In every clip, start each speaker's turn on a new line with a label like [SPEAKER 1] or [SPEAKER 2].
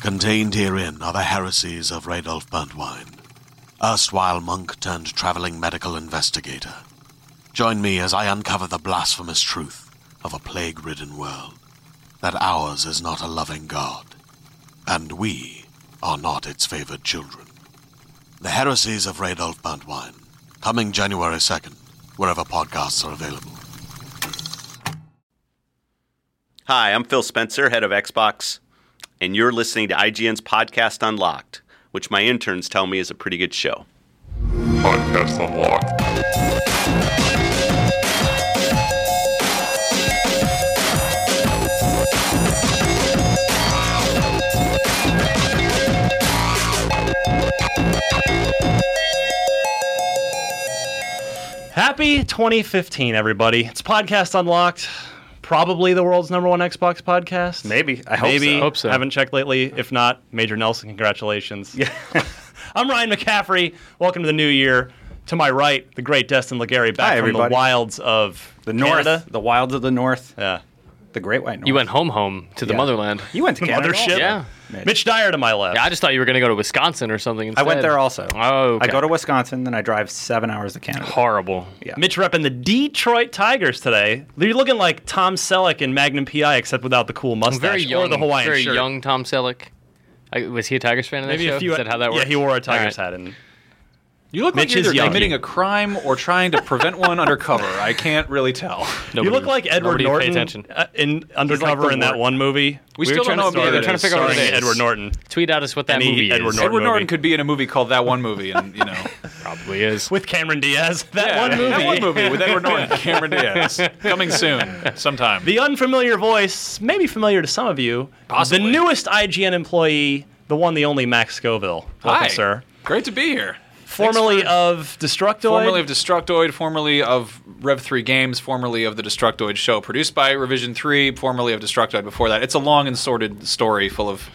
[SPEAKER 1] Contained herein are the heresies of Radolf Burntwine, erstwhile monk turned traveling medical investigator. Join me as I uncover the blasphemous truth of a plague ridden world that ours is not a loving God, and we are not its favored children. The heresies of Radolf Burntwine, coming January 2nd, wherever podcasts are available.
[SPEAKER 2] Hi, I'm Phil Spencer, head of Xbox, and you're listening to IGN's Podcast Unlocked, which my interns tell me is a pretty good show.
[SPEAKER 3] Podcast Unlocked.
[SPEAKER 4] Happy 2015, everybody. It's Podcast Unlocked. Probably the world's number one Xbox podcast.
[SPEAKER 2] Maybe. I hope
[SPEAKER 4] Maybe.
[SPEAKER 2] so.
[SPEAKER 5] Hope so.
[SPEAKER 4] Haven't checked lately. If not, Major Nelson, congratulations. Yeah. I'm Ryan McCaffrey. Welcome to the new year. To my right, the great Destin Legary back
[SPEAKER 6] Hi,
[SPEAKER 4] from
[SPEAKER 6] everybody.
[SPEAKER 4] the wilds of
[SPEAKER 6] The north,
[SPEAKER 4] Canada.
[SPEAKER 6] the wilds of the north,
[SPEAKER 4] Yeah.
[SPEAKER 6] the Great White North.
[SPEAKER 5] You went home, home to the
[SPEAKER 6] Yeah.
[SPEAKER 5] motherland.
[SPEAKER 6] You went to Canada.
[SPEAKER 4] mothership.
[SPEAKER 6] also?
[SPEAKER 5] Yeah.
[SPEAKER 6] Mitch.
[SPEAKER 4] Mitch Dyer to my left.
[SPEAKER 5] Yeah, I just thought you were gonna go to Wisconsin or
[SPEAKER 6] I
[SPEAKER 5] something. Instead.
[SPEAKER 6] went there also.
[SPEAKER 5] Oh, okay.
[SPEAKER 6] I go to Wisconsin, then I drive seven hours to Canada.
[SPEAKER 5] horrible.
[SPEAKER 6] Yeah.
[SPEAKER 4] Mitch repping the Detroit Tigers today. You're looking like Tom Selleck in Magnum PI, except without the cool mustache
[SPEAKER 5] I'm very young.
[SPEAKER 4] or the Hawaiian
[SPEAKER 5] very
[SPEAKER 4] shirt.
[SPEAKER 5] young Tom Selleck. I, was he a Tigers fan in that
[SPEAKER 4] Maybe
[SPEAKER 5] show?
[SPEAKER 4] a few.
[SPEAKER 5] Is that how that works?
[SPEAKER 4] Yeah, he wore a
[SPEAKER 5] All
[SPEAKER 4] Tigers
[SPEAKER 5] right.
[SPEAKER 4] hat and
[SPEAKER 7] You look
[SPEAKER 4] Mitch
[SPEAKER 7] like
[SPEAKER 4] is
[SPEAKER 7] you're either
[SPEAKER 4] young.
[SPEAKER 7] committing a crime or trying to prevent one undercover. I can't really tell.
[SPEAKER 5] Nobody-
[SPEAKER 4] you look like Edward
[SPEAKER 5] nobody
[SPEAKER 4] Norton
[SPEAKER 5] Pay attention.
[SPEAKER 4] uh, in Undercover in that one movie.
[SPEAKER 7] We still don't know
[SPEAKER 4] trying
[SPEAKER 7] if either
[SPEAKER 4] to
[SPEAKER 7] of
[SPEAKER 4] trying to
[SPEAKER 7] those
[SPEAKER 4] figure out what it
[SPEAKER 5] starring
[SPEAKER 4] is. Edward Norton.
[SPEAKER 5] Tweet at us what that
[SPEAKER 4] Any
[SPEAKER 5] movie
[SPEAKER 4] Edward
[SPEAKER 5] is.
[SPEAKER 4] Norton.
[SPEAKER 7] Edward Norton
[SPEAKER 4] movie.
[SPEAKER 7] could be in a movie called That One Movie, and you know
[SPEAKER 5] probably is.
[SPEAKER 4] With Cameron Diaz, that
[SPEAKER 7] Yeah,
[SPEAKER 4] one movie.
[SPEAKER 7] that one movie with Edward Norton, Cameron Diaz, coming soon, sometime.
[SPEAKER 4] The unfamiliar voice, maybe familiar to some of you.
[SPEAKER 7] Possibly.
[SPEAKER 4] The newest IGN employee, the one, the only Max Scoville. Welcome,
[SPEAKER 7] Hi,
[SPEAKER 4] sir.
[SPEAKER 7] Great to be here.
[SPEAKER 4] Formerly of Destructoid.
[SPEAKER 7] Formerly of Destructoid, formerly of Rev 3 Games, formerly of the Destructoid show produced by Revision 3, formerly of Destructoid before that. It's a long and sordid story full of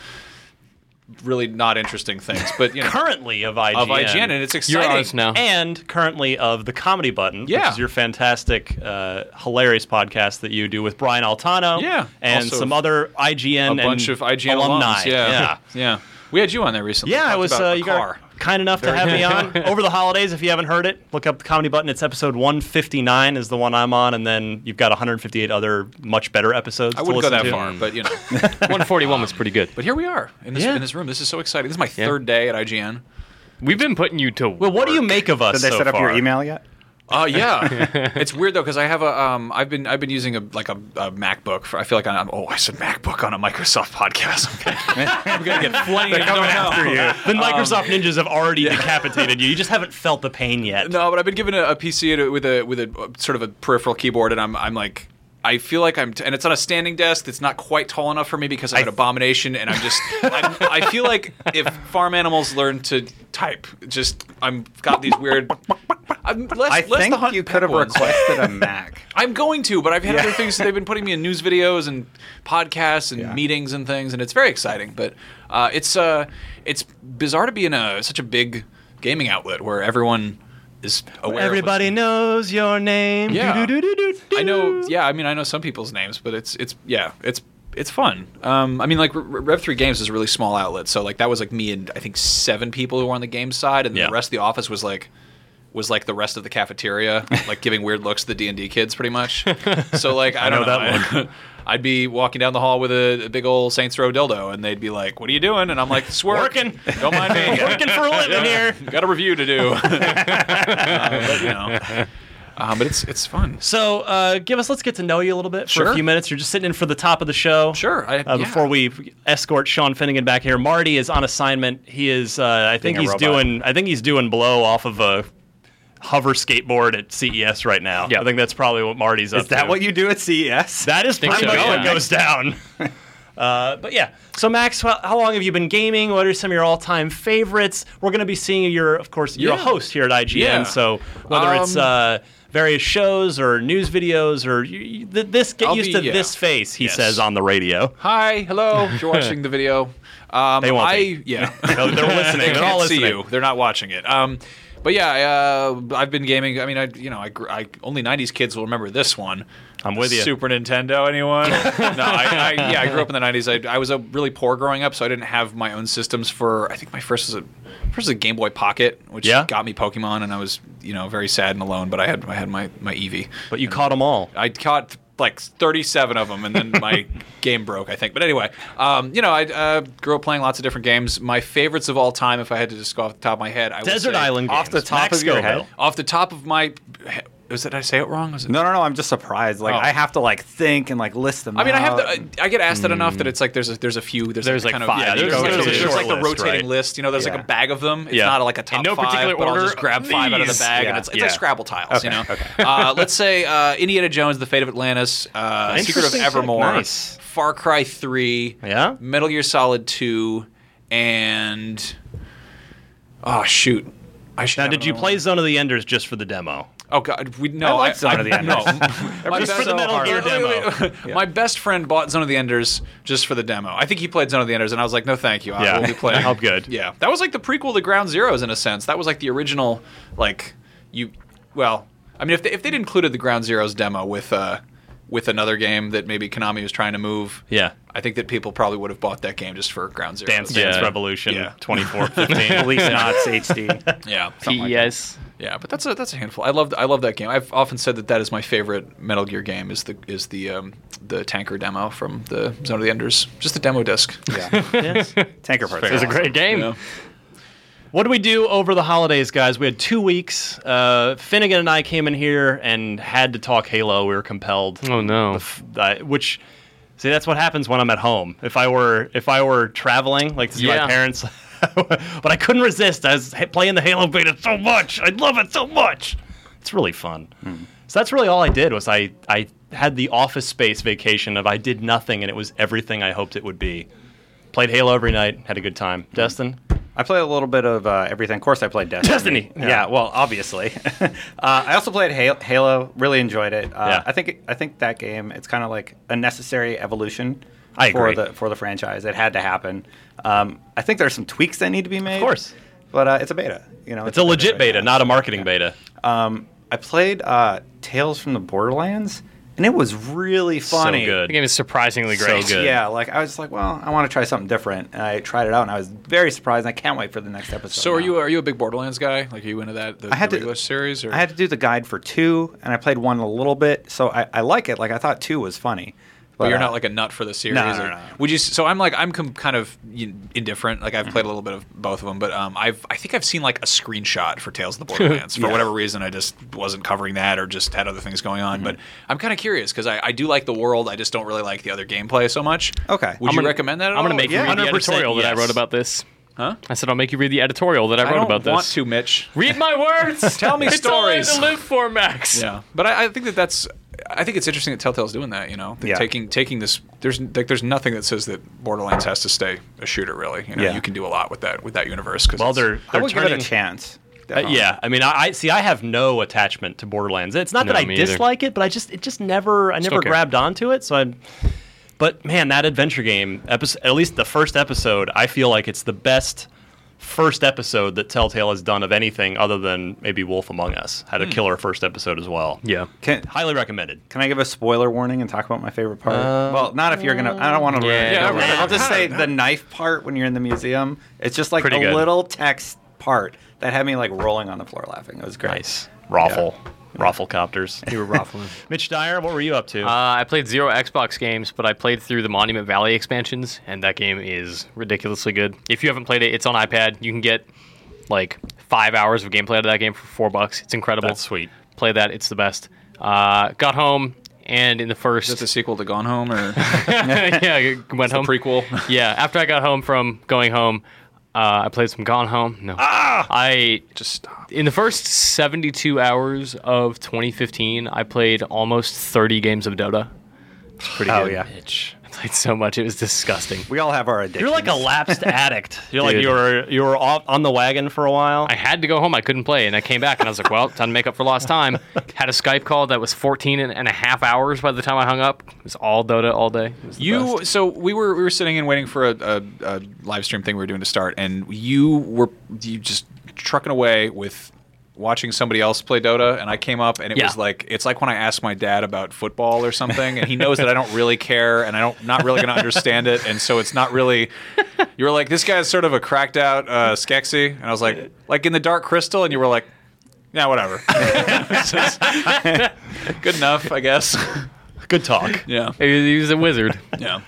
[SPEAKER 7] really not interesting things, but you know,
[SPEAKER 4] currently of IGN.
[SPEAKER 7] of IGN, and it's exciting.
[SPEAKER 5] You're on us now.
[SPEAKER 4] And currently of the Comedy Button, which
[SPEAKER 7] Yeah.
[SPEAKER 4] is your fantastic, uh, hilarious podcast that you do with Brian Altano,
[SPEAKER 7] Yeah.
[SPEAKER 4] and
[SPEAKER 7] Also
[SPEAKER 4] some other IGN,
[SPEAKER 7] a bunch
[SPEAKER 4] and
[SPEAKER 7] of IGN
[SPEAKER 4] alumni,
[SPEAKER 7] alums, Yeah.
[SPEAKER 4] yeah.
[SPEAKER 7] Yeah. We had you on there recently.
[SPEAKER 4] Yeah,
[SPEAKER 7] Talked
[SPEAKER 4] I was.
[SPEAKER 7] about
[SPEAKER 4] Uh,
[SPEAKER 7] a
[SPEAKER 4] you
[SPEAKER 7] car.
[SPEAKER 4] got kind enough to have me on over the holidays. If you haven't heard it, look up the comedy button. It's episode 159 is the one I'm on, and then you've got 158 other much better episodes.
[SPEAKER 7] I
[SPEAKER 4] to
[SPEAKER 7] wouldn't go
[SPEAKER 4] listen
[SPEAKER 7] that
[SPEAKER 4] to.
[SPEAKER 7] far, but you know.
[SPEAKER 5] 141 was pretty good.
[SPEAKER 7] But here we are in this in this room. This is so exciting. This is my third day at IGN.
[SPEAKER 5] We've been putting you to.
[SPEAKER 4] Well, what do you make of us?
[SPEAKER 6] Did they
[SPEAKER 4] so
[SPEAKER 6] set up your
[SPEAKER 4] far?
[SPEAKER 6] email yet?
[SPEAKER 7] Uh, yeah. it's weird though because I have a um I've been I've been using a like a, a MacBook for I feel like I'm oh I said MacBook on a Microsoft podcast. Okay. I'm gonna get flamed. I don't know.
[SPEAKER 4] The Microsoft ninjas have already decapitated you. You just haven't felt the pain yet.
[SPEAKER 7] No, but I've been given a, a PC to- with a with a uh, sort of a peripheral keyboard, and I'm I'm like. I feel like I'm, t- and it's on a standing desk that's not quite tall enough for me because I'm an abomination, and I'm just, I'm, I feel like if farm animals learn to type, just I'm got these weird. I'm, less,
[SPEAKER 6] I
[SPEAKER 7] less the
[SPEAKER 6] think
[SPEAKER 7] hunt
[SPEAKER 6] you
[SPEAKER 7] pet
[SPEAKER 6] could have
[SPEAKER 7] ones.
[SPEAKER 6] requested a Mac.
[SPEAKER 7] I'm going to, but I've had
[SPEAKER 6] Yeah.
[SPEAKER 7] other things. They've been putting me in news videos and podcasts and
[SPEAKER 6] Yeah.
[SPEAKER 7] meetings and things, and it's very exciting. But uh, it's uh, it's bizarre to be in a such a big gaming outlet where everyone is aware. of what's-
[SPEAKER 4] Everybody knows your name.
[SPEAKER 7] Yeah.
[SPEAKER 4] Do-do-do-do-do-do.
[SPEAKER 7] I know. Yeah, I mean, I know some people's names, but it's it's yeah, it's it's fun. Um, I mean, like R- R- Rev Three Games is a really small outlet, so like that was like me and I think seven people who were on the game side, and
[SPEAKER 4] Yeah.
[SPEAKER 7] the rest of the office was like was like the rest of the cafeteria, like giving weird looks to the D and D kids, pretty much. So like I, don't
[SPEAKER 4] know
[SPEAKER 7] know.
[SPEAKER 4] that
[SPEAKER 7] I, I'd be walking down the hall with a, a big old Saints Row dildo, and they'd be like, "What are you doing?" And I'm like, "It's work.
[SPEAKER 8] Working.
[SPEAKER 7] Don't mind me.
[SPEAKER 8] Working for a living here.
[SPEAKER 7] Got a review to do." Uh, but, you know. Um, but it's it's fun.
[SPEAKER 8] So, uh, give us. Let's get to know you a little bit for
[SPEAKER 7] Sure.
[SPEAKER 8] a few minutes. You're just sitting in for the top of the show.
[SPEAKER 7] Sure, I-
[SPEAKER 8] uh,
[SPEAKER 7] yeah.
[SPEAKER 8] Before we escort Sean Finnegan back here, Marty is on assignment. He is. Uh, I think
[SPEAKER 6] Being a
[SPEAKER 8] he's
[SPEAKER 6] robot.
[SPEAKER 8] doing. I think he's doing blow off of a hover skateboard at CES right now.
[SPEAKER 5] Yeah.
[SPEAKER 8] I think that's probably what Marty's up.
[SPEAKER 6] Is that
[SPEAKER 8] to.
[SPEAKER 6] what you do at E CES?
[SPEAKER 8] That is
[SPEAKER 5] Think
[SPEAKER 8] pretty
[SPEAKER 5] so,
[SPEAKER 8] much
[SPEAKER 5] yeah.
[SPEAKER 8] what goes down. Uh, but yeah, so Max, how, how long have you been gaming? What are some of your all-time favorites? We're going to be seeing your, of course, you're a
[SPEAKER 7] Yeah.
[SPEAKER 8] host here at IGN,
[SPEAKER 7] Yeah.
[SPEAKER 8] so whether it's
[SPEAKER 7] Um,
[SPEAKER 8] uh, various shows or news videos or you, you- th- this, get
[SPEAKER 7] I'll
[SPEAKER 8] used
[SPEAKER 7] be-
[SPEAKER 8] to
[SPEAKER 7] yeah.
[SPEAKER 8] this face, he
[SPEAKER 7] Yes.
[SPEAKER 8] says on the radio.
[SPEAKER 7] Hi, hello. If you're watching the video, um,
[SPEAKER 8] They won't
[SPEAKER 7] I
[SPEAKER 8] be.
[SPEAKER 7] yeah,
[SPEAKER 8] They're listening.
[SPEAKER 7] they
[SPEAKER 8] They're all
[SPEAKER 7] can't see
[SPEAKER 8] listening.
[SPEAKER 7] you. They're not watching it. Um, but yeah, I, uh, I've been gaming. I mean, I you know, I, gr- I only '90s kids will remember this one.
[SPEAKER 8] I'm with you.
[SPEAKER 7] Super Nintendo, anyone? no, I, I, yeah, I grew up in the '90s. I, I was uh, really poor growing up, so I didn't have my own systems for. I think my first was a first was a Game Boy Pocket, which
[SPEAKER 8] Yeah.
[SPEAKER 7] got me Pokemon, and I was you know very sad and alone. But I had I had my my Eevee.
[SPEAKER 8] But you caught them all.
[SPEAKER 7] I caught like 37 of them, and then my game broke, I think. But anyway, um, you know, I uh, grew up playing lots of different games. My favorites of all time, if I had to just go off the top of my head, I would
[SPEAKER 8] Desert
[SPEAKER 7] say-
[SPEAKER 8] Island
[SPEAKER 6] off
[SPEAKER 8] games.
[SPEAKER 6] the top
[SPEAKER 8] Max
[SPEAKER 6] of your
[SPEAKER 8] Scoville.
[SPEAKER 6] head?
[SPEAKER 7] Off the top of my, was it? Did I say it wrong? Was it?
[SPEAKER 6] No, no, no. I'm just surprised. Like
[SPEAKER 7] Oh.
[SPEAKER 6] I have to like think and like list them.
[SPEAKER 7] I mean, I have
[SPEAKER 6] out.
[SPEAKER 7] the, uh, I, I get asked that enough that it's like there's a, there's a few there's,
[SPEAKER 5] There's,
[SPEAKER 7] like,
[SPEAKER 5] like,
[SPEAKER 7] kind
[SPEAKER 5] five.
[SPEAKER 7] of
[SPEAKER 5] Yeah,
[SPEAKER 7] there's,
[SPEAKER 5] there's-
[SPEAKER 7] like,
[SPEAKER 5] there's a
[SPEAKER 7] there's,
[SPEAKER 5] short
[SPEAKER 7] like the
[SPEAKER 8] list,
[SPEAKER 7] rotating
[SPEAKER 8] right?
[SPEAKER 7] list. You know, there's
[SPEAKER 6] Yeah.
[SPEAKER 7] like a bag of them. It's
[SPEAKER 8] Yeah.
[SPEAKER 7] not like a
[SPEAKER 8] In
[SPEAKER 7] top
[SPEAKER 5] no
[SPEAKER 7] five,
[SPEAKER 5] particular
[SPEAKER 7] but I'll
[SPEAKER 5] order,
[SPEAKER 7] just grab five out of the
[SPEAKER 5] these.
[SPEAKER 7] bag, and
[SPEAKER 6] Yeah.
[SPEAKER 7] it's, it's like
[SPEAKER 5] Yeah.
[SPEAKER 7] Scrabble tiles. You know, uh, let's say uh, Indiana Jones: The Fate of Atlantis, uh, Secret of
[SPEAKER 8] Interesting pick.
[SPEAKER 7] Evermore,
[SPEAKER 8] Nice.
[SPEAKER 7] Far Cry Three,
[SPEAKER 8] Yeah?
[SPEAKER 7] Metal Gear Solid Two, and oh shoot. I should
[SPEAKER 8] Now,
[SPEAKER 7] have
[SPEAKER 8] did you
[SPEAKER 7] another
[SPEAKER 8] play
[SPEAKER 7] one.
[SPEAKER 8] Zone of the Enders just for the demo?
[SPEAKER 7] Oh God, we no.
[SPEAKER 6] I like Zone of the Enders.
[SPEAKER 7] No, My
[SPEAKER 8] Just for
[SPEAKER 7] best-
[SPEAKER 8] the Metal
[SPEAKER 6] hard.
[SPEAKER 8] Gear
[SPEAKER 7] Wait, wait,
[SPEAKER 8] demo.
[SPEAKER 7] wait, wait. My best friend bought Zone of the Enders just for the demo. I think he played Zone of the Enders, and I was like, "No, thank you. I
[SPEAKER 8] Yeah.
[SPEAKER 7] will be playing."
[SPEAKER 8] I'm good.
[SPEAKER 7] Yeah, that was like the prequel to Ground Zeroes in a sense. That was like the original, like you. Well, I mean, if they, if they'd included the Ground Zeroes demo with uh with another game that maybe Konami was trying to move,
[SPEAKER 8] Yeah.
[SPEAKER 7] I think that people probably would have bought that game just for Ground Zeroes.
[SPEAKER 8] Dance
[SPEAKER 5] Yeah.
[SPEAKER 8] Dance Revolution
[SPEAKER 7] Yeah.
[SPEAKER 8] 2415.
[SPEAKER 6] Police Knots HD.
[SPEAKER 7] Yeah,
[SPEAKER 5] PES.
[SPEAKER 7] Yeah, but that's a that's a handful. I love I love that game. I've often said that that is my favorite Metal Gear game is the is the um, the tanker demo from the Zone of the Enders. Just the demo disc. Yeah.
[SPEAKER 6] Tanker parts.
[SPEAKER 5] It's a great game.
[SPEAKER 7] Yeah.
[SPEAKER 8] What do we do over the holidays, guys? We had two weeks. Uh, Finnegan and I came in here and had to talk Halo. We were compelled.
[SPEAKER 5] Oh no.
[SPEAKER 8] F- I- which, see, that's what happens when I'm at home. If I were if I were traveling, like to see
[SPEAKER 5] Yeah.
[SPEAKER 8] my parents, but I couldn't resist. I was ha- playing the Halo beta so much. I love it so much. It's really fun. So that's really all I did was I I had the office space vacation of I did nothing and it was everything I hoped it would be. Played Halo every night. Had a good time. Destin.
[SPEAKER 6] I play a little bit of uh, everything. Of course, I played Destiny.
[SPEAKER 8] Destiny, yeah.
[SPEAKER 6] Yeah, well, obviously. uh, I also played Halo, Halo. Really enjoyed it. Uh,
[SPEAKER 8] Yeah.
[SPEAKER 6] I think I think that game. It's kind of like a necessary evolution.
[SPEAKER 8] I
[SPEAKER 6] for
[SPEAKER 8] agree.
[SPEAKER 6] the for the franchise. It had to happen. Um, I think there's some tweaks that need to be made. Of
[SPEAKER 8] course.
[SPEAKER 6] But uh, it's a beta. You know,
[SPEAKER 8] It's a legit beta,
[SPEAKER 6] now.
[SPEAKER 8] not a marketing beta.
[SPEAKER 6] I played uh, Tales from the Borderlands, and it was really funny.
[SPEAKER 8] good.
[SPEAKER 5] The game is surprisingly
[SPEAKER 8] So
[SPEAKER 5] great.
[SPEAKER 8] good.
[SPEAKER 6] Yeah, like I was like, well, I want to try something different, and I tried it out, and I was very surprised. And I can't wait for the next episode.
[SPEAKER 7] So are
[SPEAKER 6] now.
[SPEAKER 7] you are you a big Borderlands guy? Like are you into that the,
[SPEAKER 6] I had to-
[SPEAKER 7] the regular series or
[SPEAKER 6] I had to do the guide for two, and I played one a little bit, so I, I like it. Like I thought two was funny,
[SPEAKER 7] but you're
[SPEAKER 6] uh,
[SPEAKER 7] not like a nut for the series.
[SPEAKER 6] no,
[SPEAKER 7] or-
[SPEAKER 6] no.
[SPEAKER 7] Would you? s- So I'm like I'm com- kind of you know, indifferent. Like I've played a little bit of both of them, but um, I've I think I've seen like a screenshot for Tales of the Borderlands. For whatever reason, I just wasn't covering that or just had other things going on. But I'm kind of curious because I, I do like the world. I just don't really like the other gameplay so much.
[SPEAKER 6] Okay.
[SPEAKER 7] Would
[SPEAKER 6] I'm
[SPEAKER 7] you
[SPEAKER 5] gonna-
[SPEAKER 7] recommend that? At
[SPEAKER 5] I'm gonna
[SPEAKER 7] all?
[SPEAKER 5] make you read the
[SPEAKER 8] 100%
[SPEAKER 5] editorial that I
[SPEAKER 8] yes.
[SPEAKER 5] wrote about this.
[SPEAKER 7] Huh?
[SPEAKER 5] I said I'll make you read the editorial that I
[SPEAKER 7] I
[SPEAKER 5] wrote
[SPEAKER 7] don't
[SPEAKER 5] about this.
[SPEAKER 7] want to, Mitch.
[SPEAKER 5] Read my words.
[SPEAKER 7] Tell me
[SPEAKER 5] it's
[SPEAKER 7] stories.
[SPEAKER 5] All I have to live for, Max.
[SPEAKER 7] Yeah, but I, I think that that's. I think it's interesting that Telltale's doing that. You know, They're
[SPEAKER 6] Yeah.
[SPEAKER 7] taking taking this. There's like there's nothing that says that Borderlands has to stay a shooter. Really, you know,
[SPEAKER 6] Yeah.
[SPEAKER 7] you can do a lot with that with that universe. Cause
[SPEAKER 8] Well,
[SPEAKER 7] it's-
[SPEAKER 8] they're
[SPEAKER 6] I
[SPEAKER 8] they're
[SPEAKER 6] would
[SPEAKER 8] turning.
[SPEAKER 6] give it a chance.
[SPEAKER 8] Uh,
[SPEAKER 6] definitely.
[SPEAKER 8] yeah, I mean, I, I see. I have no attachment to Borderlands. It's not
[SPEAKER 5] No,
[SPEAKER 8] that I
[SPEAKER 5] me either.
[SPEAKER 8] dislike it, but I just it just never I never
[SPEAKER 5] okay.
[SPEAKER 8] grabbed onto it. So I, but man, that adventure game episode, at least the first episode, I feel like it's the best first episode that Telltale has done of anything other than maybe Wolf Among Us had a killer first episode as well.
[SPEAKER 5] Hmm. Yeah.
[SPEAKER 6] Can,
[SPEAKER 8] highly recommended.
[SPEAKER 6] can I give a spoiler warning and talk about my favorite part? well, not if you're gonna. I don't want to.
[SPEAKER 5] Yeah, Yeah,
[SPEAKER 7] don't worry.
[SPEAKER 6] I'll just say the knife part when you're in the museum. It's just like
[SPEAKER 8] Pretty
[SPEAKER 6] a
[SPEAKER 8] good.
[SPEAKER 6] little text part that had me like rolling on the floor laughing. It was great.
[SPEAKER 8] Nice, Raffle.
[SPEAKER 3] Rafflecopters.
[SPEAKER 1] You were raffling.
[SPEAKER 3] Mitch Dyer, what were you up to?
[SPEAKER 5] Uh, I played zero Xbox games, but I played through the Monument Valley expansions, and that game is ridiculously good. If you haven't played it, it's on iPad. You can get like five hours of gameplay out of that game for four bucks. It's incredible.
[SPEAKER 3] That's sweet.
[SPEAKER 5] Play that; it's the best. Uh, got home, and in the first,
[SPEAKER 7] Is that the sequel to Gone Home or
[SPEAKER 5] yeah, I went
[SPEAKER 7] the
[SPEAKER 5] home
[SPEAKER 7] prequel?
[SPEAKER 5] yeah, after I got home from going home, uh, I played some Gone Home. No,
[SPEAKER 7] Ah!
[SPEAKER 5] I
[SPEAKER 7] Just stop.
[SPEAKER 5] in the first 72 hours of 2015, I played almost 30 games of Dota.
[SPEAKER 6] Pretty oh, yeah.
[SPEAKER 5] I played so much; it was disgusting.
[SPEAKER 6] We all have our addictions.
[SPEAKER 3] You're like a lapsed addict. You're like
[SPEAKER 5] Dude.
[SPEAKER 3] you were you were off on the wagon for a while.
[SPEAKER 5] I had to go home. I couldn't play. And I came back and I was like, well, time to make up for lost time. Had a Skype call that was 14 and, and a half hours by the time I hung up. It was all Dota all day. It was the
[SPEAKER 7] You
[SPEAKER 5] best.
[SPEAKER 7] so we were we were sitting and waiting for a, a, a live stream thing we were doing to start, and you were you just trucking away with watching somebody else play Dota, and I came up, and it
[SPEAKER 5] Yeah.
[SPEAKER 7] was like it's like when I asked my dad about football or something, and he knows that I don't really care, and I don't not really gonna understand it, and so it's not really. You were like, this guy's sort of a cracked out uh, Skeksis, and I was like, like in the Dark Crystal, and you were like. Yeah, whatever. It's just- good enough, I guess.
[SPEAKER 3] Good talk.
[SPEAKER 7] Yeah.
[SPEAKER 5] He he was a wizard.
[SPEAKER 7] Yeah.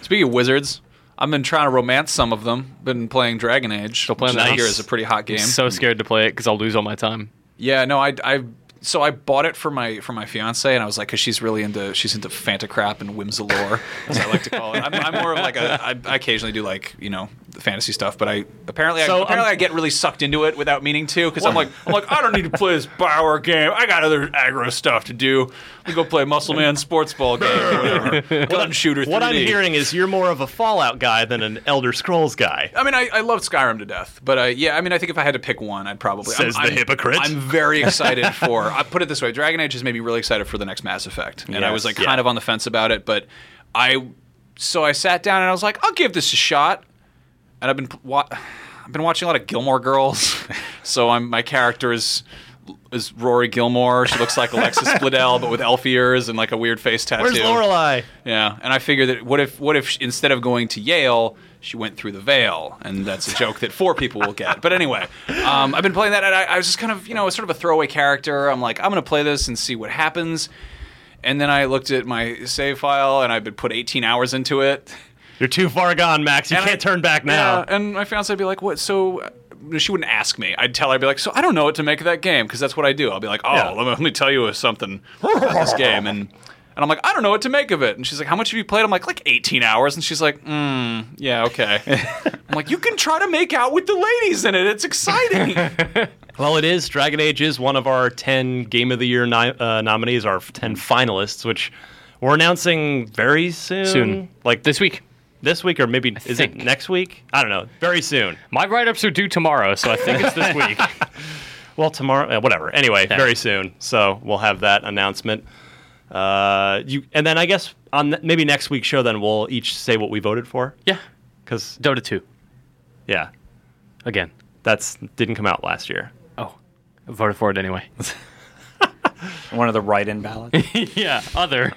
[SPEAKER 7] Speaking of wizards, I've been trying to romance some of them. Been playing Dragon Age. Still
[SPEAKER 5] playing
[SPEAKER 7] which
[SPEAKER 5] that?
[SPEAKER 7] I hear is a pretty hot game.
[SPEAKER 5] I'm so scared to play it because I'll lose all my time.
[SPEAKER 7] yeah, no, I, I so I bought it for my for my fiance, and I was like, because she's really into she's into fantacrap and whimsilore, as I like to call it. I'm, I'm more of like a I, I occasionally do like you know the fantasy stuff, but I apparently I,
[SPEAKER 3] So,
[SPEAKER 7] apparently
[SPEAKER 3] um,
[SPEAKER 7] I get really sucked into it without meaning to, because I'm like I'm like I don't need to play this Bioware game. I got other aggro stuff to do. We go play Muscle Man sports ball game, or whatever. Gun shooter. 3D.
[SPEAKER 3] What I'm hearing is you're more of a Fallout guy than an Elder Scrolls guy.
[SPEAKER 7] I mean, I, I loved Skyrim to death, but uh, yeah, I mean, I think if I had to pick one, I'd probably
[SPEAKER 3] Says
[SPEAKER 7] I'm,
[SPEAKER 3] the
[SPEAKER 7] I'm-
[SPEAKER 3] hypocrite.
[SPEAKER 7] I'm very excited for. I put it this way: Dragon Age has made me really excited for the next Mass Effect, and I was
[SPEAKER 3] Yes.
[SPEAKER 7] like kind
[SPEAKER 3] Yeah.
[SPEAKER 7] of on the fence about it, but I so I sat down and I was like, I'll give this a shot, and I've been p- wa- I've been watching a lot of Gilmore Girls, so I'm my character is. Is Rory Gilmore? She looks like Alexis Bledel, but with elf ears and like a weird face tattoo.
[SPEAKER 3] Where's Lorelai?
[SPEAKER 7] Yeah, and I figured that what if what if sh- instead of going to Yale, she went through the veil, and that's a joke that four people will get. But anyway, um, I've been playing that, and I, I was just kind of you know sort of a throwaway character. I'm like, I'm gonna play this and see what happens, and then I looked at my save file, and I've been put 18 hours into it.
[SPEAKER 3] You're too far gone, Max. You
[SPEAKER 7] And I-
[SPEAKER 3] can't turn back now.
[SPEAKER 7] Yeah, and my fiance would be like, "What?" So uh, she wouldn't ask me. I'd tell her, I'd be like, "So I don't know what to make of that game," because that's what I do. I'll be like, "Oh,
[SPEAKER 3] Yeah.
[SPEAKER 7] let, me, let me tell you something about this game," and and I'm like, "I don't know what to make of it." And she's like, "How much have you played?" I'm like, "Like 18 hours," and she's like, mm, "Yeah, okay." I'm like, "You can try to make out with the ladies in it. It's exciting."
[SPEAKER 3] Well, it is. Dragon Age is one of our 10 Game of the Year ni- uh, nominees, our 10 finalists, which we're announcing very soon.
[SPEAKER 5] Soon.
[SPEAKER 3] Like this,
[SPEAKER 5] This week.
[SPEAKER 3] this week, or maybe is
[SPEAKER 5] think.
[SPEAKER 3] it next week? I don't know. Very soon.
[SPEAKER 5] My write ups are due tomorrow, so I think it's this week.
[SPEAKER 3] Well, tomorrow, uh, whatever. Anyway, very soon. So we'll have that announcement. Uh, you And then I guess on th- maybe next week's show, then we'll each say what we voted for.
[SPEAKER 5] Yeah.
[SPEAKER 3] Because,
[SPEAKER 5] Dota 2.
[SPEAKER 3] yeah,
[SPEAKER 5] Again.
[SPEAKER 3] that's didn't come out last year.
[SPEAKER 5] Oh. I voted for it anyway.
[SPEAKER 6] one of the write-in ballots.
[SPEAKER 5] yeah. Other.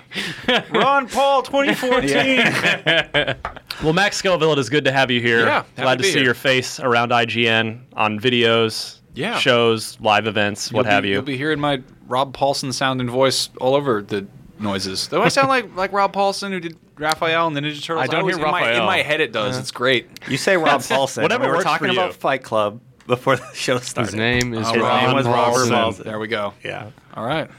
[SPEAKER 6] Ron Paul 2014.
[SPEAKER 3] Well, Max Scoville, it is good to have you here.
[SPEAKER 7] Yeah, happy
[SPEAKER 3] Glad to,
[SPEAKER 7] to be
[SPEAKER 3] see
[SPEAKER 7] here.
[SPEAKER 3] your face around IGN on videos,
[SPEAKER 7] Yeah.
[SPEAKER 3] shows, live events, what
[SPEAKER 7] You'll
[SPEAKER 3] have
[SPEAKER 7] be,
[SPEAKER 3] you.
[SPEAKER 7] will be hearing my Rob Paulson sound and voice all over the noises. Though I sound like like Rob Paulson who did Raphael and the Ninja Turtles.
[SPEAKER 5] I don't
[SPEAKER 7] always-
[SPEAKER 5] hear
[SPEAKER 7] in my- in
[SPEAKER 5] Raphael.
[SPEAKER 7] my head it does. It's great.
[SPEAKER 6] You say Rob Paulson.
[SPEAKER 3] whatever
[SPEAKER 6] we were
[SPEAKER 3] works for
[SPEAKER 6] talking
[SPEAKER 3] you.
[SPEAKER 6] about Fight Club before the show started.
[SPEAKER 5] His name is
[SPEAKER 7] His
[SPEAKER 6] Ron
[SPEAKER 7] name
[SPEAKER 6] was Robert
[SPEAKER 3] Paulson.
[SPEAKER 6] Paulson.
[SPEAKER 7] There we go.
[SPEAKER 6] Yeah.
[SPEAKER 7] All right.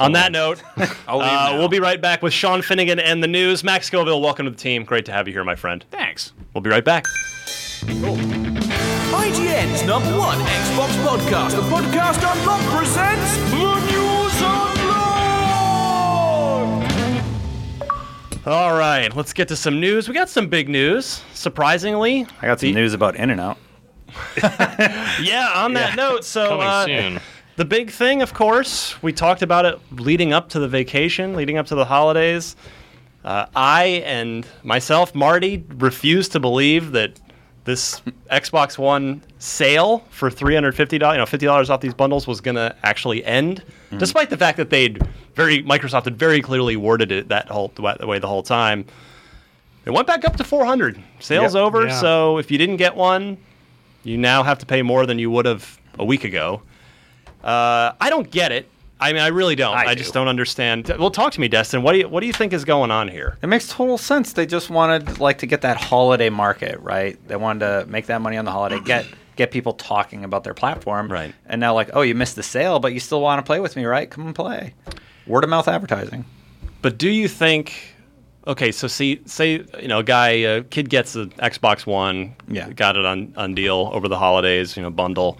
[SPEAKER 3] on that note,
[SPEAKER 7] I'll leave
[SPEAKER 3] uh,
[SPEAKER 7] now.
[SPEAKER 3] we'll be right back with Sean Finnegan and the news. Max Scoville, welcome to the team. Great to have you here, my friend.
[SPEAKER 7] Thanks.
[SPEAKER 3] We'll be right back.
[SPEAKER 9] IGN's number one Xbox podcast, the podcast unlocked presents the news unlocked.
[SPEAKER 3] All right, let's get to some news. We got some big news, surprisingly.
[SPEAKER 6] I got some news about In and Out.
[SPEAKER 3] Yeah, on that note, so
[SPEAKER 5] Coming
[SPEAKER 3] uh,
[SPEAKER 5] soon.
[SPEAKER 3] The big thing, of course, we talked about it leading up to the vacation, leading up to the holidays. Uh, I and myself, Marty, refuse to believe that this Xbox One sale for three hundred fifty dollars, you know, fifty dollars off these bundles was going to actually end, despite the fact that they'd very Microsoft had very clearly worded it that whole the way the whole time. It went back up to four hundred. Sales
[SPEAKER 6] Yep.
[SPEAKER 3] over.
[SPEAKER 1] Yeah.
[SPEAKER 3] So if you didn't get one, you now have to pay more than you would have a week ago. Uh, I don't get it. I mean, I really don't. I,
[SPEAKER 6] I
[SPEAKER 3] just don't understand. Well, talk to me, Destin. What do you What do you think is going on here?
[SPEAKER 6] It makes total sense. They just wanted like to get that holiday market, right? They wanted to make that money on the holiday, get get people talking about their platform. Right. And now like, oh, you missed the sale, but you still want to play with me, right? Come and play. Word of mouth advertising.
[SPEAKER 3] But do you think? Okay, so see, say you know, a guy, a kid gets an Xbox One, yeah, got it on on deal over the holidays, you know, bundle,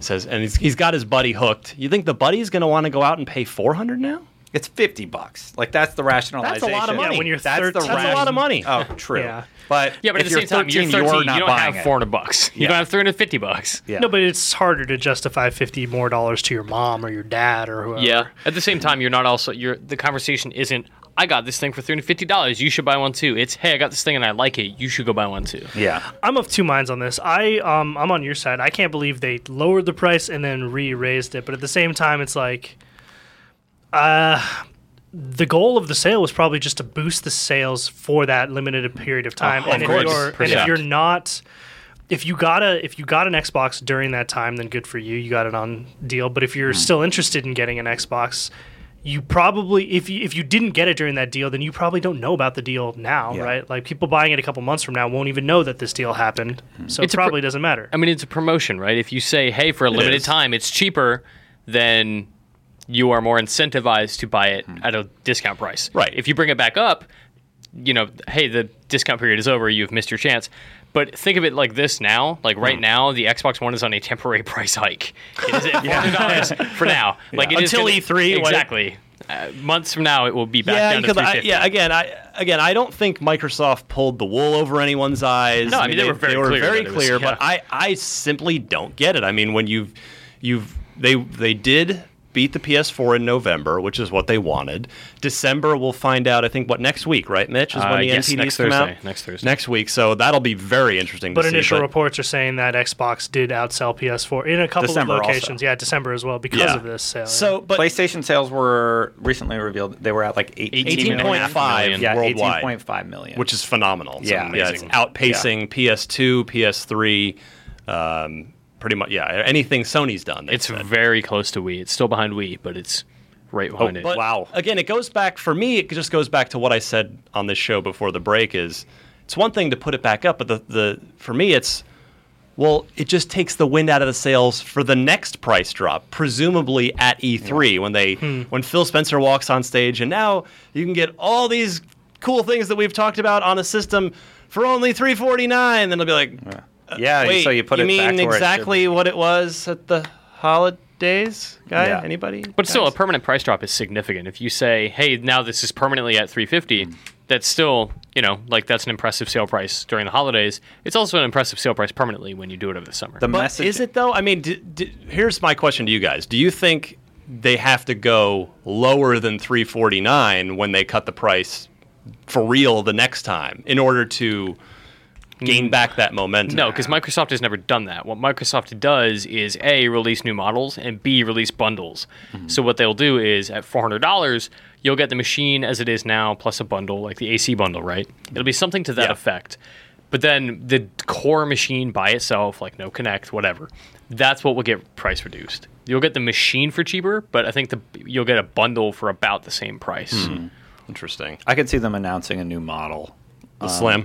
[SPEAKER 3] says, and he's, he's got his buddy hooked. You think the buddy's going to want to go out and pay four hundred now?
[SPEAKER 6] It's fifty bucks. Like that's the rationalization.
[SPEAKER 3] That's a lot of money.
[SPEAKER 6] Yeah, when you're
[SPEAKER 3] that's, the
[SPEAKER 6] 13.
[SPEAKER 3] that's a lot of money.
[SPEAKER 6] Oh, true. But
[SPEAKER 5] yeah, but
[SPEAKER 6] if
[SPEAKER 5] at the same time, you're
[SPEAKER 6] 13,
[SPEAKER 5] 13.
[SPEAKER 6] you're
[SPEAKER 5] you
[SPEAKER 6] not
[SPEAKER 5] don't
[SPEAKER 6] buying
[SPEAKER 5] have
[SPEAKER 6] it.
[SPEAKER 5] 400 bucks. You
[SPEAKER 7] Yeah.
[SPEAKER 5] don't have 350 bucks.
[SPEAKER 7] No, but it's harder to justify fifty more dollars to your mom or your dad or whoever.
[SPEAKER 5] Yeah. At the same time, you're not also you're the conversation isn't. I got this thing for three hundred fifty dollars. You should buy one too. It's hey, I got this thing and I like it. You should go buy one too.
[SPEAKER 6] Yeah.
[SPEAKER 7] I'm of two minds on this. I um I'm on your side. I can't believe they lowered the price and then re-raised it, but at the same time it's like uh the goal of the sale was probably just to boost the sales for that limited period of time.
[SPEAKER 10] Oh,
[SPEAKER 7] and
[SPEAKER 10] of
[SPEAKER 7] if
[SPEAKER 10] course.
[SPEAKER 7] you're and if
[SPEAKER 10] Percent.
[SPEAKER 7] you're not if you got a if you got an Xbox during that time, then good for you. You got it on deal. But if you're still interested in getting an Xbox, you probably if you if you didn't get it during that deal, then you probably don't know about the deal now,
[SPEAKER 5] Yeah.
[SPEAKER 7] right? Like people buying it a couple months from now won't even know that this deal happened. So
[SPEAKER 5] It's
[SPEAKER 7] it
[SPEAKER 5] a pro-
[SPEAKER 7] probably doesn't matter.
[SPEAKER 5] I mean, it's a promotion, right? If you say hey, for a
[SPEAKER 7] It
[SPEAKER 5] limited
[SPEAKER 7] is.
[SPEAKER 5] time, it's cheaper, then you are more incentivized to buy
[SPEAKER 3] Hmm.
[SPEAKER 5] it at a discount price. Right. If you bring it back up, you know, hey, the discount period is over. You've missed your chance. But think of it like this now. Like right
[SPEAKER 3] Hmm.
[SPEAKER 5] now, the Xbox One is on a temporary price hike. It is at $400 for now. Like it is
[SPEAKER 3] Until
[SPEAKER 5] gonna-
[SPEAKER 3] E3, when it-
[SPEAKER 5] exactly. Uh, months from now, it will be back down to
[SPEAKER 3] because I,
[SPEAKER 5] 350.
[SPEAKER 3] yeah. Again, I again, I don't think Microsoft pulled the wool over anyone's eyes.
[SPEAKER 5] No, I mean, they were very clear
[SPEAKER 3] very
[SPEAKER 5] that it was-
[SPEAKER 3] clear,
[SPEAKER 5] yeah.
[SPEAKER 3] but I I simply don't get it. I mean, when you've you've they they did beat the PS4 in November, which is what they wanted. December, we'll find out. I think what next week, right, Mitch? Is
[SPEAKER 5] Uh,
[SPEAKER 3] when the
[SPEAKER 5] yes,
[SPEAKER 3] NPDs
[SPEAKER 5] next
[SPEAKER 3] come
[SPEAKER 5] Thursday,
[SPEAKER 3] out
[SPEAKER 5] next Thursday.
[SPEAKER 3] Next week, so that'll be very interesting.
[SPEAKER 7] But
[SPEAKER 3] to
[SPEAKER 7] initial
[SPEAKER 3] see,
[SPEAKER 7] reports are saying that Xbox did outsell PS4 in a couple
[SPEAKER 6] December
[SPEAKER 7] of
[SPEAKER 6] also.
[SPEAKER 7] locations. Yeah, December as well because
[SPEAKER 6] Yeah.
[SPEAKER 7] of this sale.
[SPEAKER 3] So, but
[SPEAKER 6] PlayStation sales were recently revealed. They were at like 18,
[SPEAKER 3] 18.5 million
[SPEAKER 6] yeah,
[SPEAKER 3] worldwide.
[SPEAKER 6] 18.5 million.
[SPEAKER 3] which is phenomenal. It's
[SPEAKER 6] Yeah.
[SPEAKER 3] amazing. yeah, it's
[SPEAKER 6] Amazing.
[SPEAKER 3] outpacing PS2, PS3, um, pretty much. Yeah, anything Sony's done. It's
[SPEAKER 5] very close to Wii. It's still behind Wii, but it's right behind it.
[SPEAKER 3] wow. Again, it goes back for me. It just goes back to what I said on this show before the break. Is it's one thing to put it back up, but the, the for me it's well, it just takes the wind out of the sails for the next price drop, presumably at E3 when they
[SPEAKER 5] Hmm.
[SPEAKER 3] when Phil Spencer walks on stage and now you can get all these cool things that we've talked about on a system for only 349 then they'll be like uh,
[SPEAKER 6] Yeah,
[SPEAKER 3] wait,
[SPEAKER 6] so you put it
[SPEAKER 3] mean
[SPEAKER 6] back to where it should
[SPEAKER 3] exactly what it was at the holidays guy
[SPEAKER 5] Yeah.
[SPEAKER 3] anybody
[SPEAKER 5] But still, a permanent price drop is significant. If you say, "Hey, now this is permanently at 350," that's still, you know, like that's an impressive sale price during the holidays. It's also an impressive sale price permanently when you do it over the summer.
[SPEAKER 3] but is it though? I mean, d d here's my question to you guys: Do you think they have to go lower than 349 when they cut the price for real the next time in order to gain back that momentum?
[SPEAKER 5] Mm. No, because Microsoft has never done that. What Microsoft does is A, release new models, and B, release bundles. So what they'll do is at $400, you'll get the machine as it is now, plus a bundle, like the AC bundle, right? It'll be something to that effect. But then the core machine by itself, like no Connect, whatever, that's what will get price reduced. You'll get the machine for cheaper, but I think the you'll get a bundle for about the same price.
[SPEAKER 3] Interesting.
[SPEAKER 6] I could see them announcing a new model.
[SPEAKER 5] The Slim?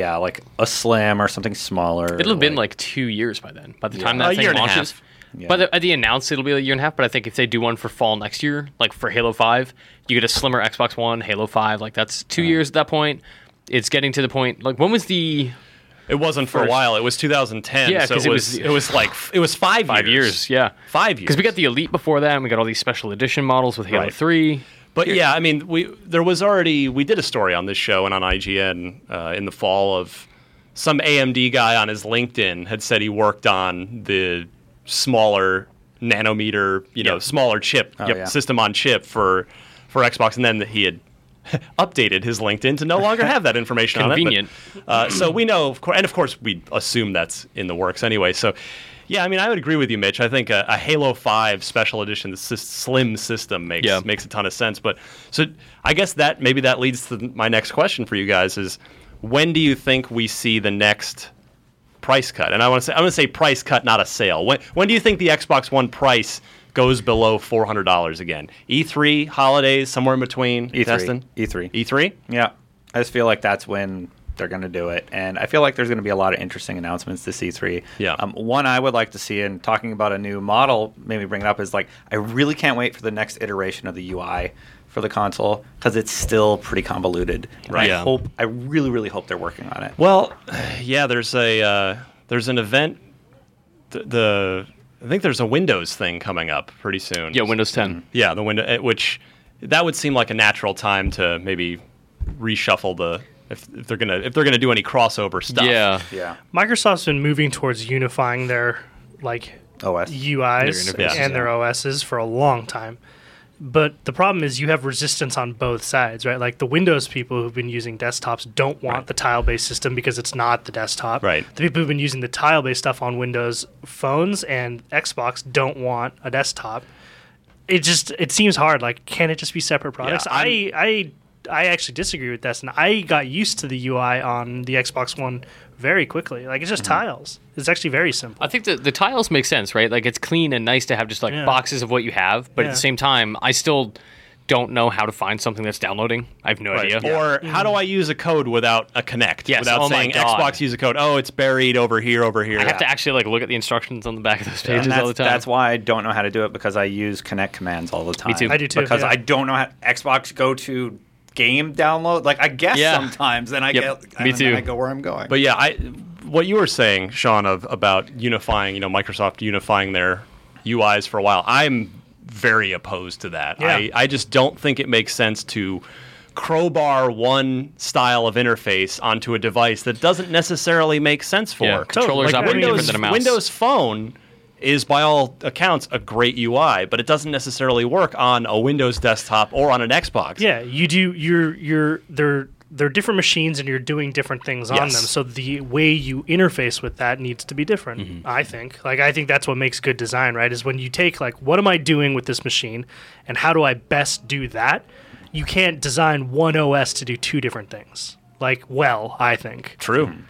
[SPEAKER 6] Yeah, like a slim or something smaller.
[SPEAKER 5] It'll have been like two years by then. By the
[SPEAKER 6] Yeah.
[SPEAKER 5] time
[SPEAKER 6] A
[SPEAKER 5] that thing
[SPEAKER 6] year and a
[SPEAKER 5] launches,
[SPEAKER 6] half. Yeah.
[SPEAKER 5] by the at the announce, it'll be a year and a half. But I think if they do one for fall next year, like for Halo Five, you get a slimmer Xbox One, Halo Five. Like that's two years at that point. It's getting to the point. Like when was the?
[SPEAKER 3] It wasn't for a while. It was 2010.
[SPEAKER 5] Yeah,
[SPEAKER 3] so
[SPEAKER 5] 'cause
[SPEAKER 3] it was it was like f- it was five
[SPEAKER 5] five years. Yeah,
[SPEAKER 3] five years.
[SPEAKER 5] Because we got the Elite before that, and we got all these special edition models with Halo
[SPEAKER 3] Right.
[SPEAKER 5] Three.
[SPEAKER 3] But yeah, I mean, we there was already we did a story on this show and on IGN uh, in the fall of some AMD guy on his LinkedIn had said he worked on the smaller nanometer, you know, smaller chip
[SPEAKER 6] Oh,
[SPEAKER 3] yep,
[SPEAKER 6] yeah.
[SPEAKER 3] system on chip for for Xbox, and then he had updated his LinkedIn to no longer have that information on it. but,
[SPEAKER 5] Convenient.
[SPEAKER 3] uh, so we know, of course, and of course, we assume that's in the works anyway. So, yeah, I mean, I would agree with you, Mitch. I think a, a Halo Five Special Edition, the sys- slim system, makes makes a ton of sense. But so, I guess that maybe that leads to my next question for you guys is, when do you think we see the next price cut? And I want to say, I want to say price cut, not a sale. When when do you think the Xbox One price goes below four hundred dollars again. E3 holidays somewhere in between.
[SPEAKER 6] E3.
[SPEAKER 3] Destin?
[SPEAKER 6] E3.
[SPEAKER 5] E
[SPEAKER 3] E3.
[SPEAKER 6] E Yeah. I just feel like that's when they're going to do it. And I feel like there's going to be a lot of interesting announcements this E3.
[SPEAKER 3] Yeah.
[SPEAKER 6] Um, one I would like to see, and talking about a new model made me bring it up, is like, I really can't wait for the next iteration of the UI for the console because it's still pretty convoluted. And
[SPEAKER 3] Right.
[SPEAKER 6] I
[SPEAKER 3] Yeah.
[SPEAKER 6] hope, I really, really hope they're working on it.
[SPEAKER 3] Well, yeah, there's a uh, there's an event. The, the I think there's a Windows thing coming up pretty soon.
[SPEAKER 5] Yeah, Windows 10.
[SPEAKER 3] Yeah, the window eh, which that would seem like a natural time to maybe reshuffle the if, if they're gonna if they're gonna do any crossover stuff.
[SPEAKER 5] Yeah.
[SPEAKER 6] Yeah.
[SPEAKER 7] Microsoft's been moving towards unifying their like
[SPEAKER 6] OS.
[SPEAKER 7] UIs
[SPEAKER 3] Their interfaces,
[SPEAKER 7] and their OSs for a long time. But the problem is you have resistance on both sides, right? Like the Windows people who've been using desktops don't want the tile-based system because it's not the desktop.
[SPEAKER 3] Right.
[SPEAKER 7] The people who've been using the tile-based stuff on Windows phones and Xbox don't want a desktop. It just it seems hard. Like, can it just be separate products? I I I actually disagree with this, and I got used to the UI on the Xbox One very quickly. Like it's just tiles. It's actually very simple.
[SPEAKER 5] I think the, the tiles make sense, right? Like it's clean and nice to have just like
[SPEAKER 7] Yeah.
[SPEAKER 5] boxes of what you have, but at
[SPEAKER 7] Yeah.
[SPEAKER 5] the same time, I still don't know how to find something that's downloading. I have no
[SPEAKER 3] Right.
[SPEAKER 5] idea.
[SPEAKER 3] Or how do I use a code without a connect?
[SPEAKER 5] Yes,
[SPEAKER 3] Without
[SPEAKER 5] oh my
[SPEAKER 3] saying
[SPEAKER 5] God.
[SPEAKER 3] Xbox use a code. Oh, it's buried over here, over here.
[SPEAKER 5] I have to actually like look at the instructions on the back of those
[SPEAKER 6] And
[SPEAKER 5] pages
[SPEAKER 6] that's,
[SPEAKER 5] all the time.
[SPEAKER 6] that's why I don't know how to do it because I use connect commands all the time.
[SPEAKER 5] Me too. I
[SPEAKER 7] do too,
[SPEAKER 6] Because
[SPEAKER 7] yeah.
[SPEAKER 6] I don't know how Xbox go to game download. Like I guess
[SPEAKER 5] Yeah.
[SPEAKER 6] sometimes, and I
[SPEAKER 5] Yep.
[SPEAKER 6] get
[SPEAKER 5] Me
[SPEAKER 6] and then
[SPEAKER 5] too.
[SPEAKER 6] I go where I'm going.
[SPEAKER 3] But yeah, I what you were saying, Sean, of about unifying, you know, Microsoft unifying their UIs for a while. I'm very opposed to that.
[SPEAKER 7] Yeah.
[SPEAKER 3] I, I just don't think it makes sense to crowbar one style of interface onto a device that doesn't necessarily make sense for.
[SPEAKER 5] Yeah, controllers
[SPEAKER 3] like
[SPEAKER 5] operate
[SPEAKER 3] Windows,
[SPEAKER 5] different than a mouse.
[SPEAKER 3] Windows Phone is by all accounts a great UI, but it doesn't necessarily work on a Windows desktop or on an Xbox.
[SPEAKER 7] Yeah, you do. You're you're they're they're different machines, and you're doing different things on them.
[SPEAKER 3] Yes.
[SPEAKER 7] So the way you interface with that needs to be different.
[SPEAKER 5] Mm-hmm.
[SPEAKER 7] I think. Like I think that's what makes good design, right? Is when you take like, what am I doing with this machine, and how do I best do that? You can't design one OS to do two different things. Like, well, I think.
[SPEAKER 3] True.
[SPEAKER 5] Hmm.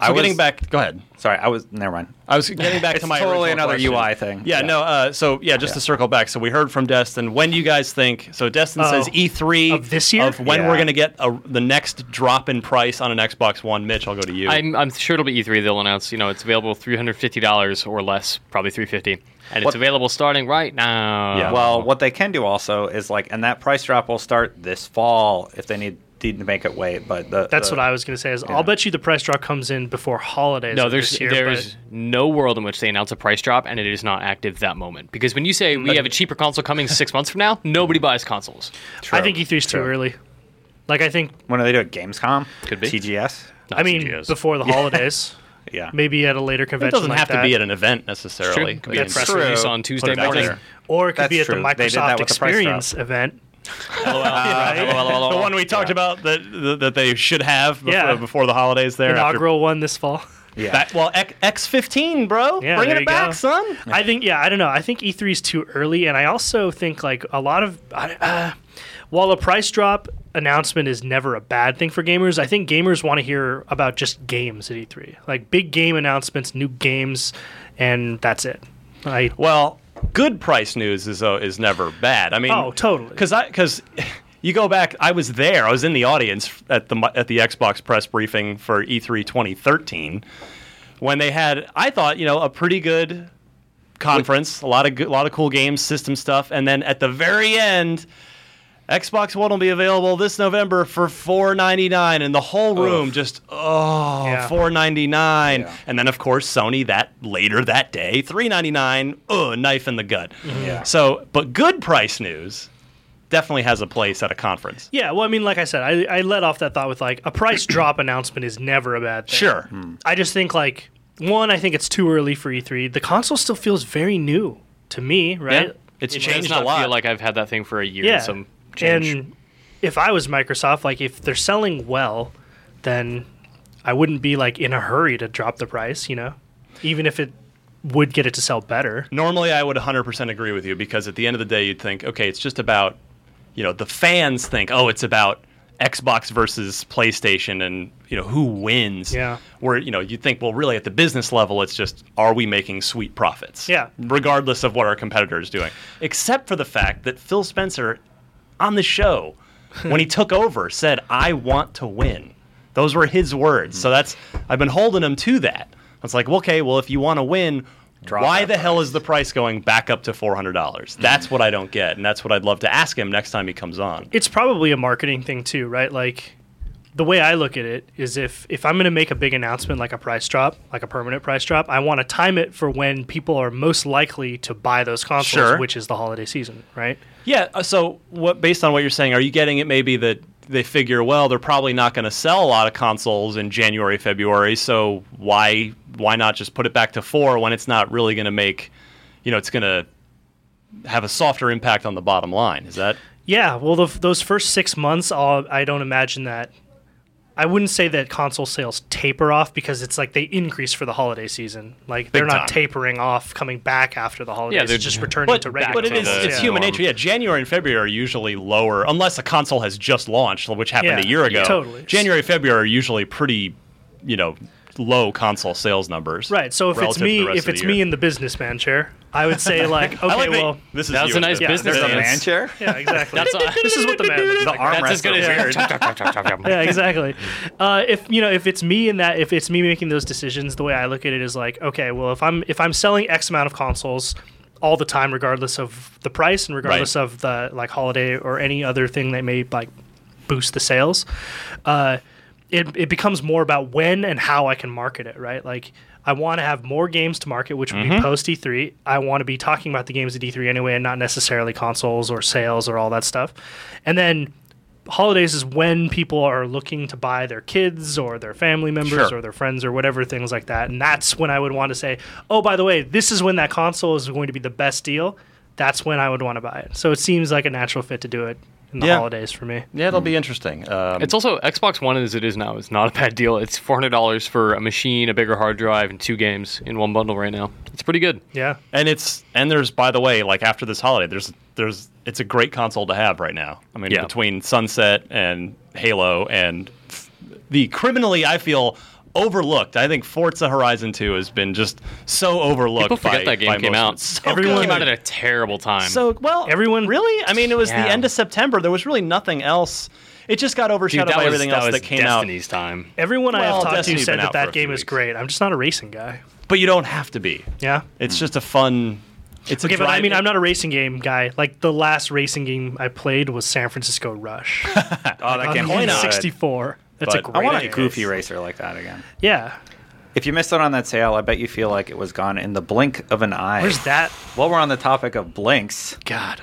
[SPEAKER 6] I
[SPEAKER 3] So
[SPEAKER 6] was-
[SPEAKER 3] getting back, go ahead.
[SPEAKER 6] Sorry, I was never mind.
[SPEAKER 3] I was getting back
[SPEAKER 6] It's
[SPEAKER 3] to my
[SPEAKER 6] totally
[SPEAKER 3] original
[SPEAKER 6] another
[SPEAKER 3] question.
[SPEAKER 6] UI thing.
[SPEAKER 3] Yeah,
[SPEAKER 6] Yeah.
[SPEAKER 3] no. Uh, so yeah, just to circle back. So we heard from Destin. When do you guys think? So Destin
[SPEAKER 7] Oh.
[SPEAKER 3] says E three
[SPEAKER 7] Of this year?
[SPEAKER 3] of when
[SPEAKER 6] Yeah.
[SPEAKER 3] we're going to get a, the next drop in price on an Xbox One. Mitch, I'll go to you.
[SPEAKER 5] I'm, I'm sure it'll be E3. They'll announce, you know, it's available $350 or less, probably 350 And
[SPEAKER 6] What-
[SPEAKER 5] it's available starting right now.
[SPEAKER 6] Uh, Well, what they can do also is like, and that price drop will start this fall if they need need to make it wait. But the,
[SPEAKER 7] That's
[SPEAKER 6] the-
[SPEAKER 7] what I was gonna say. Is I'll bet you the price draw comes in before holidays.
[SPEAKER 5] No,
[SPEAKER 7] of
[SPEAKER 5] there's
[SPEAKER 7] this year,
[SPEAKER 5] there
[SPEAKER 7] but-
[SPEAKER 5] is no world in which they announce a price drop and it is not active that moment. Because when you say we have a cheaper console coming six months from now, nobody buys consoles.
[SPEAKER 7] I think E3 is too early. Like I think.
[SPEAKER 6] When do they do it? Gamescom?
[SPEAKER 5] Could be.
[SPEAKER 6] TGS.
[SPEAKER 5] Not
[SPEAKER 7] I mean,
[SPEAKER 5] CGS.
[SPEAKER 7] before the holidays.
[SPEAKER 6] Yeah.
[SPEAKER 7] Maybe at a later convention.
[SPEAKER 3] it doesn't
[SPEAKER 7] like
[SPEAKER 3] have
[SPEAKER 7] that.
[SPEAKER 3] to be at an event necessarily.
[SPEAKER 5] It could
[SPEAKER 3] They
[SPEAKER 5] be a
[SPEAKER 3] can
[SPEAKER 5] press
[SPEAKER 6] true.
[SPEAKER 5] release
[SPEAKER 3] Put
[SPEAKER 5] on
[SPEAKER 3] it
[SPEAKER 5] Tuesday
[SPEAKER 3] out
[SPEAKER 5] morning.
[SPEAKER 3] there.
[SPEAKER 7] Or it could
[SPEAKER 6] That's
[SPEAKER 7] be at
[SPEAKER 6] true.
[SPEAKER 7] the
[SPEAKER 6] They did that
[SPEAKER 7] Microsoft
[SPEAKER 6] with the price drop. Oh,
[SPEAKER 7] Experience event.
[SPEAKER 3] The one we talked about that that- that they should have before,
[SPEAKER 7] Yeah.
[SPEAKER 3] before the holidays. There, after-
[SPEAKER 7] Inaugural one this fall.
[SPEAKER 6] Yeah.
[SPEAKER 3] That- well, X fifteen, bro,
[SPEAKER 7] Yeah,
[SPEAKER 3] bringing
[SPEAKER 7] there
[SPEAKER 3] it
[SPEAKER 7] you
[SPEAKER 3] back,
[SPEAKER 7] go.
[SPEAKER 3] son.
[SPEAKER 7] I think, yeah, I don't know. I think E3 is too early. And I also think, like, a lot of. I- Uh, while a price drop announcement is never a bad thing for gamers, I think gamers want to hear about just games at E3. Like, big game announcements, new games, and that's it. I,
[SPEAKER 3] Well, good price news is uh, is never bad. I mean,
[SPEAKER 7] Oh, totally.
[SPEAKER 3] Because I because you go back, I was there. I was in the audience at the mi- at the Xbox press briefing for E E3 2013 when they had. I thought you know a pretty good conference, a lot of good, a lot of cool games, system stuff, and then at the very end. Xbox One will be available this November for four ninety nine, and the whole room just oh
[SPEAKER 7] Yeah.
[SPEAKER 3] four ninety nine, and then of course Sony that later that day three ninety nine, ugh, knife in the gut.
[SPEAKER 5] Mm-hmm.
[SPEAKER 6] Yeah.
[SPEAKER 3] So, but good price news definitely has a place at a conference.
[SPEAKER 7] yeah, well, I mean, like I said, I, I let off that thought with, like, a price drop announcement is never a bad thing.
[SPEAKER 3] Sure,
[SPEAKER 7] I just think like one, I think it's too early for E3. The console still feels very new to me, right?
[SPEAKER 3] Yeah. it's
[SPEAKER 5] It
[SPEAKER 3] changed
[SPEAKER 5] does not
[SPEAKER 3] a lot.
[SPEAKER 5] feel like I've had that thing for a year.
[SPEAKER 7] Yeah.
[SPEAKER 5] And some change.
[SPEAKER 7] And if I was Microsoft, like if they're selling well, then I wouldn't be like in a hurry to drop the price, you know? Even if it would get it to sell better.
[SPEAKER 3] Normally, I would 100% agree with you because at the end of the day, you'd think, okay, it's just about, you know, the fans think, oh, it's about Xbox versus PlayStation and you know who wins.
[SPEAKER 7] Yeah.
[SPEAKER 3] Where you know you think well really at the business level it's just are we making sweet profits?
[SPEAKER 7] Yeah.
[SPEAKER 3] Regardless of what our competitor is doing, except for the fact that Phil Spencer on the show when he took over said I want to win. Those were his words. So that's I've been holding him to that. I was like, well, okay, well if you want to win, why the hell is the price going back up to four hundred dollars? That's what I don't get, and that's what I'd love to ask him next time he comes on.
[SPEAKER 7] it's probably a marketing thing too, right? Like the way I look at it is if if I'm going to make a big announcement like a price drop, like a permanent price drop, I want to time it for when people are most likely to buy those consoles,
[SPEAKER 3] Sure.
[SPEAKER 7] which is the holiday season, right?
[SPEAKER 3] Yeah. uh, So, what based on what you're saying, are you getting it maybe that they figure, well, they're probably not going to sell a lot of consoles in January, February, so why why not just put it back to four when it's not really going to make, you know, it's going to have a softer impact on the bottom line? Is that
[SPEAKER 7] Yeah, well, the, those first six months, I'll, I don't imagine that. I wouldn't say that console sales taper off because it's like they increase for the holiday season. Like they're
[SPEAKER 3] Big
[SPEAKER 7] not
[SPEAKER 3] time.
[SPEAKER 7] tapering off, coming back after the holidays.
[SPEAKER 3] they're
[SPEAKER 7] it's just returning
[SPEAKER 3] but,
[SPEAKER 7] to regular.
[SPEAKER 3] But it is
[SPEAKER 7] sales.
[SPEAKER 3] it's human nature. Yeah, January and February are usually lower unless a console has just launched, which happened
[SPEAKER 7] Yeah,
[SPEAKER 3] a year ago.
[SPEAKER 7] totally.
[SPEAKER 3] January, February are usually pretty, you know, low console sales numbers.
[SPEAKER 7] Right. So if it's
[SPEAKER 3] relative to the
[SPEAKER 7] me,
[SPEAKER 3] rest
[SPEAKER 7] if
[SPEAKER 3] of
[SPEAKER 7] it's
[SPEAKER 3] the year.
[SPEAKER 7] me in the businessman chair, I would say like, okay,
[SPEAKER 3] I like that-
[SPEAKER 7] well,
[SPEAKER 3] this is That was you a in nice the- business
[SPEAKER 7] there's
[SPEAKER 3] sense.
[SPEAKER 7] Yeah, exactly.
[SPEAKER 5] That's a-
[SPEAKER 7] this is what the man. looks
[SPEAKER 5] The
[SPEAKER 7] like.
[SPEAKER 5] arm That's as good as wrestler. yours.
[SPEAKER 7] yeah, exactly. Uh, if you know, if it's me in that, if it's me making those decisions, the way I look at it is like, okay, well, if I'm if I'm selling X amount of consoles all the time, regardless of the price and regardless
[SPEAKER 10] Right.
[SPEAKER 7] of the like holiday or any other thing that may like boost the sales. Uh, it, it becomes more about when and how I can market it, right? Like, I want to have more games to market, which would be
[SPEAKER 10] Mhm.
[SPEAKER 7] post E3. I want to be talking about the games at E3 anyway and not necessarily consoles or sales or all that stuff. And then holidays is when people are looking to buy their kids or their family members
[SPEAKER 10] Sure.
[SPEAKER 7] or their friends or whatever things like that. And that's when I would want to say, oh, by the way, this is when that console is going to be the best deal. That's when I would want to buy it. So it seems like a natural fit to do it in the
[SPEAKER 5] Yeah.
[SPEAKER 7] holidays for me.
[SPEAKER 3] Yeah, it'll be interesting. Um,
[SPEAKER 5] it's also Xbox One as it is now. It's not a bad deal. It's four hundred dollars for a machine, a bigger hard drive, and two games in one bundle right now. It's pretty good.
[SPEAKER 7] Yeah.
[SPEAKER 3] And it's and there's by the way, like after this holiday, there's there's it's a great console to have right now. I mean,
[SPEAKER 5] Yeah.
[SPEAKER 3] between Sunset and Halo and f- the criminally, I feel overlooked. I think Forza Horizon 2 has been just so overlooked.
[SPEAKER 5] People forget
[SPEAKER 3] by-
[SPEAKER 5] that game
[SPEAKER 3] by
[SPEAKER 5] came
[SPEAKER 3] most-
[SPEAKER 5] out.
[SPEAKER 3] So
[SPEAKER 5] Everyone
[SPEAKER 3] good.
[SPEAKER 5] came out at a terrible time.
[SPEAKER 3] So well, everyone really. I mean, it was
[SPEAKER 5] Yeah.
[SPEAKER 3] the end of September. There was really nothing else. It just got overshadowed
[SPEAKER 5] Dude, that
[SPEAKER 3] by
[SPEAKER 5] was-
[SPEAKER 3] everything
[SPEAKER 5] that
[SPEAKER 3] else
[SPEAKER 5] was
[SPEAKER 3] that came
[SPEAKER 5] Destiny's
[SPEAKER 3] out.
[SPEAKER 5] time.
[SPEAKER 7] Everyone I
[SPEAKER 3] Well,
[SPEAKER 7] have talked to
[SPEAKER 3] Destiny's
[SPEAKER 7] said
[SPEAKER 3] been
[SPEAKER 7] that
[SPEAKER 3] out for
[SPEAKER 7] that
[SPEAKER 3] a
[SPEAKER 7] game is great. I'm just not a racing guy.
[SPEAKER 3] But you don't have to be.
[SPEAKER 7] Yeah.
[SPEAKER 3] It's just a fun. It's
[SPEAKER 7] okay,
[SPEAKER 3] a
[SPEAKER 7] but I
[SPEAKER 3] drive-
[SPEAKER 7] mean, I'm not a racing game guy. Like the last racing game I played was San Francisco Rush. oh,
[SPEAKER 6] that game was
[SPEAKER 7] on
[SPEAKER 6] good.
[SPEAKER 7] 64. That's a
[SPEAKER 6] But
[SPEAKER 7] great.
[SPEAKER 6] I want a
[SPEAKER 7] game.
[SPEAKER 6] goofy racer like that again.
[SPEAKER 7] Yeah.
[SPEAKER 6] If you missed out on that sale, I bet you feel like it was gone in the blink of an eye.
[SPEAKER 7] Where's that?
[SPEAKER 6] While we're on the topic of blinks,
[SPEAKER 7] God,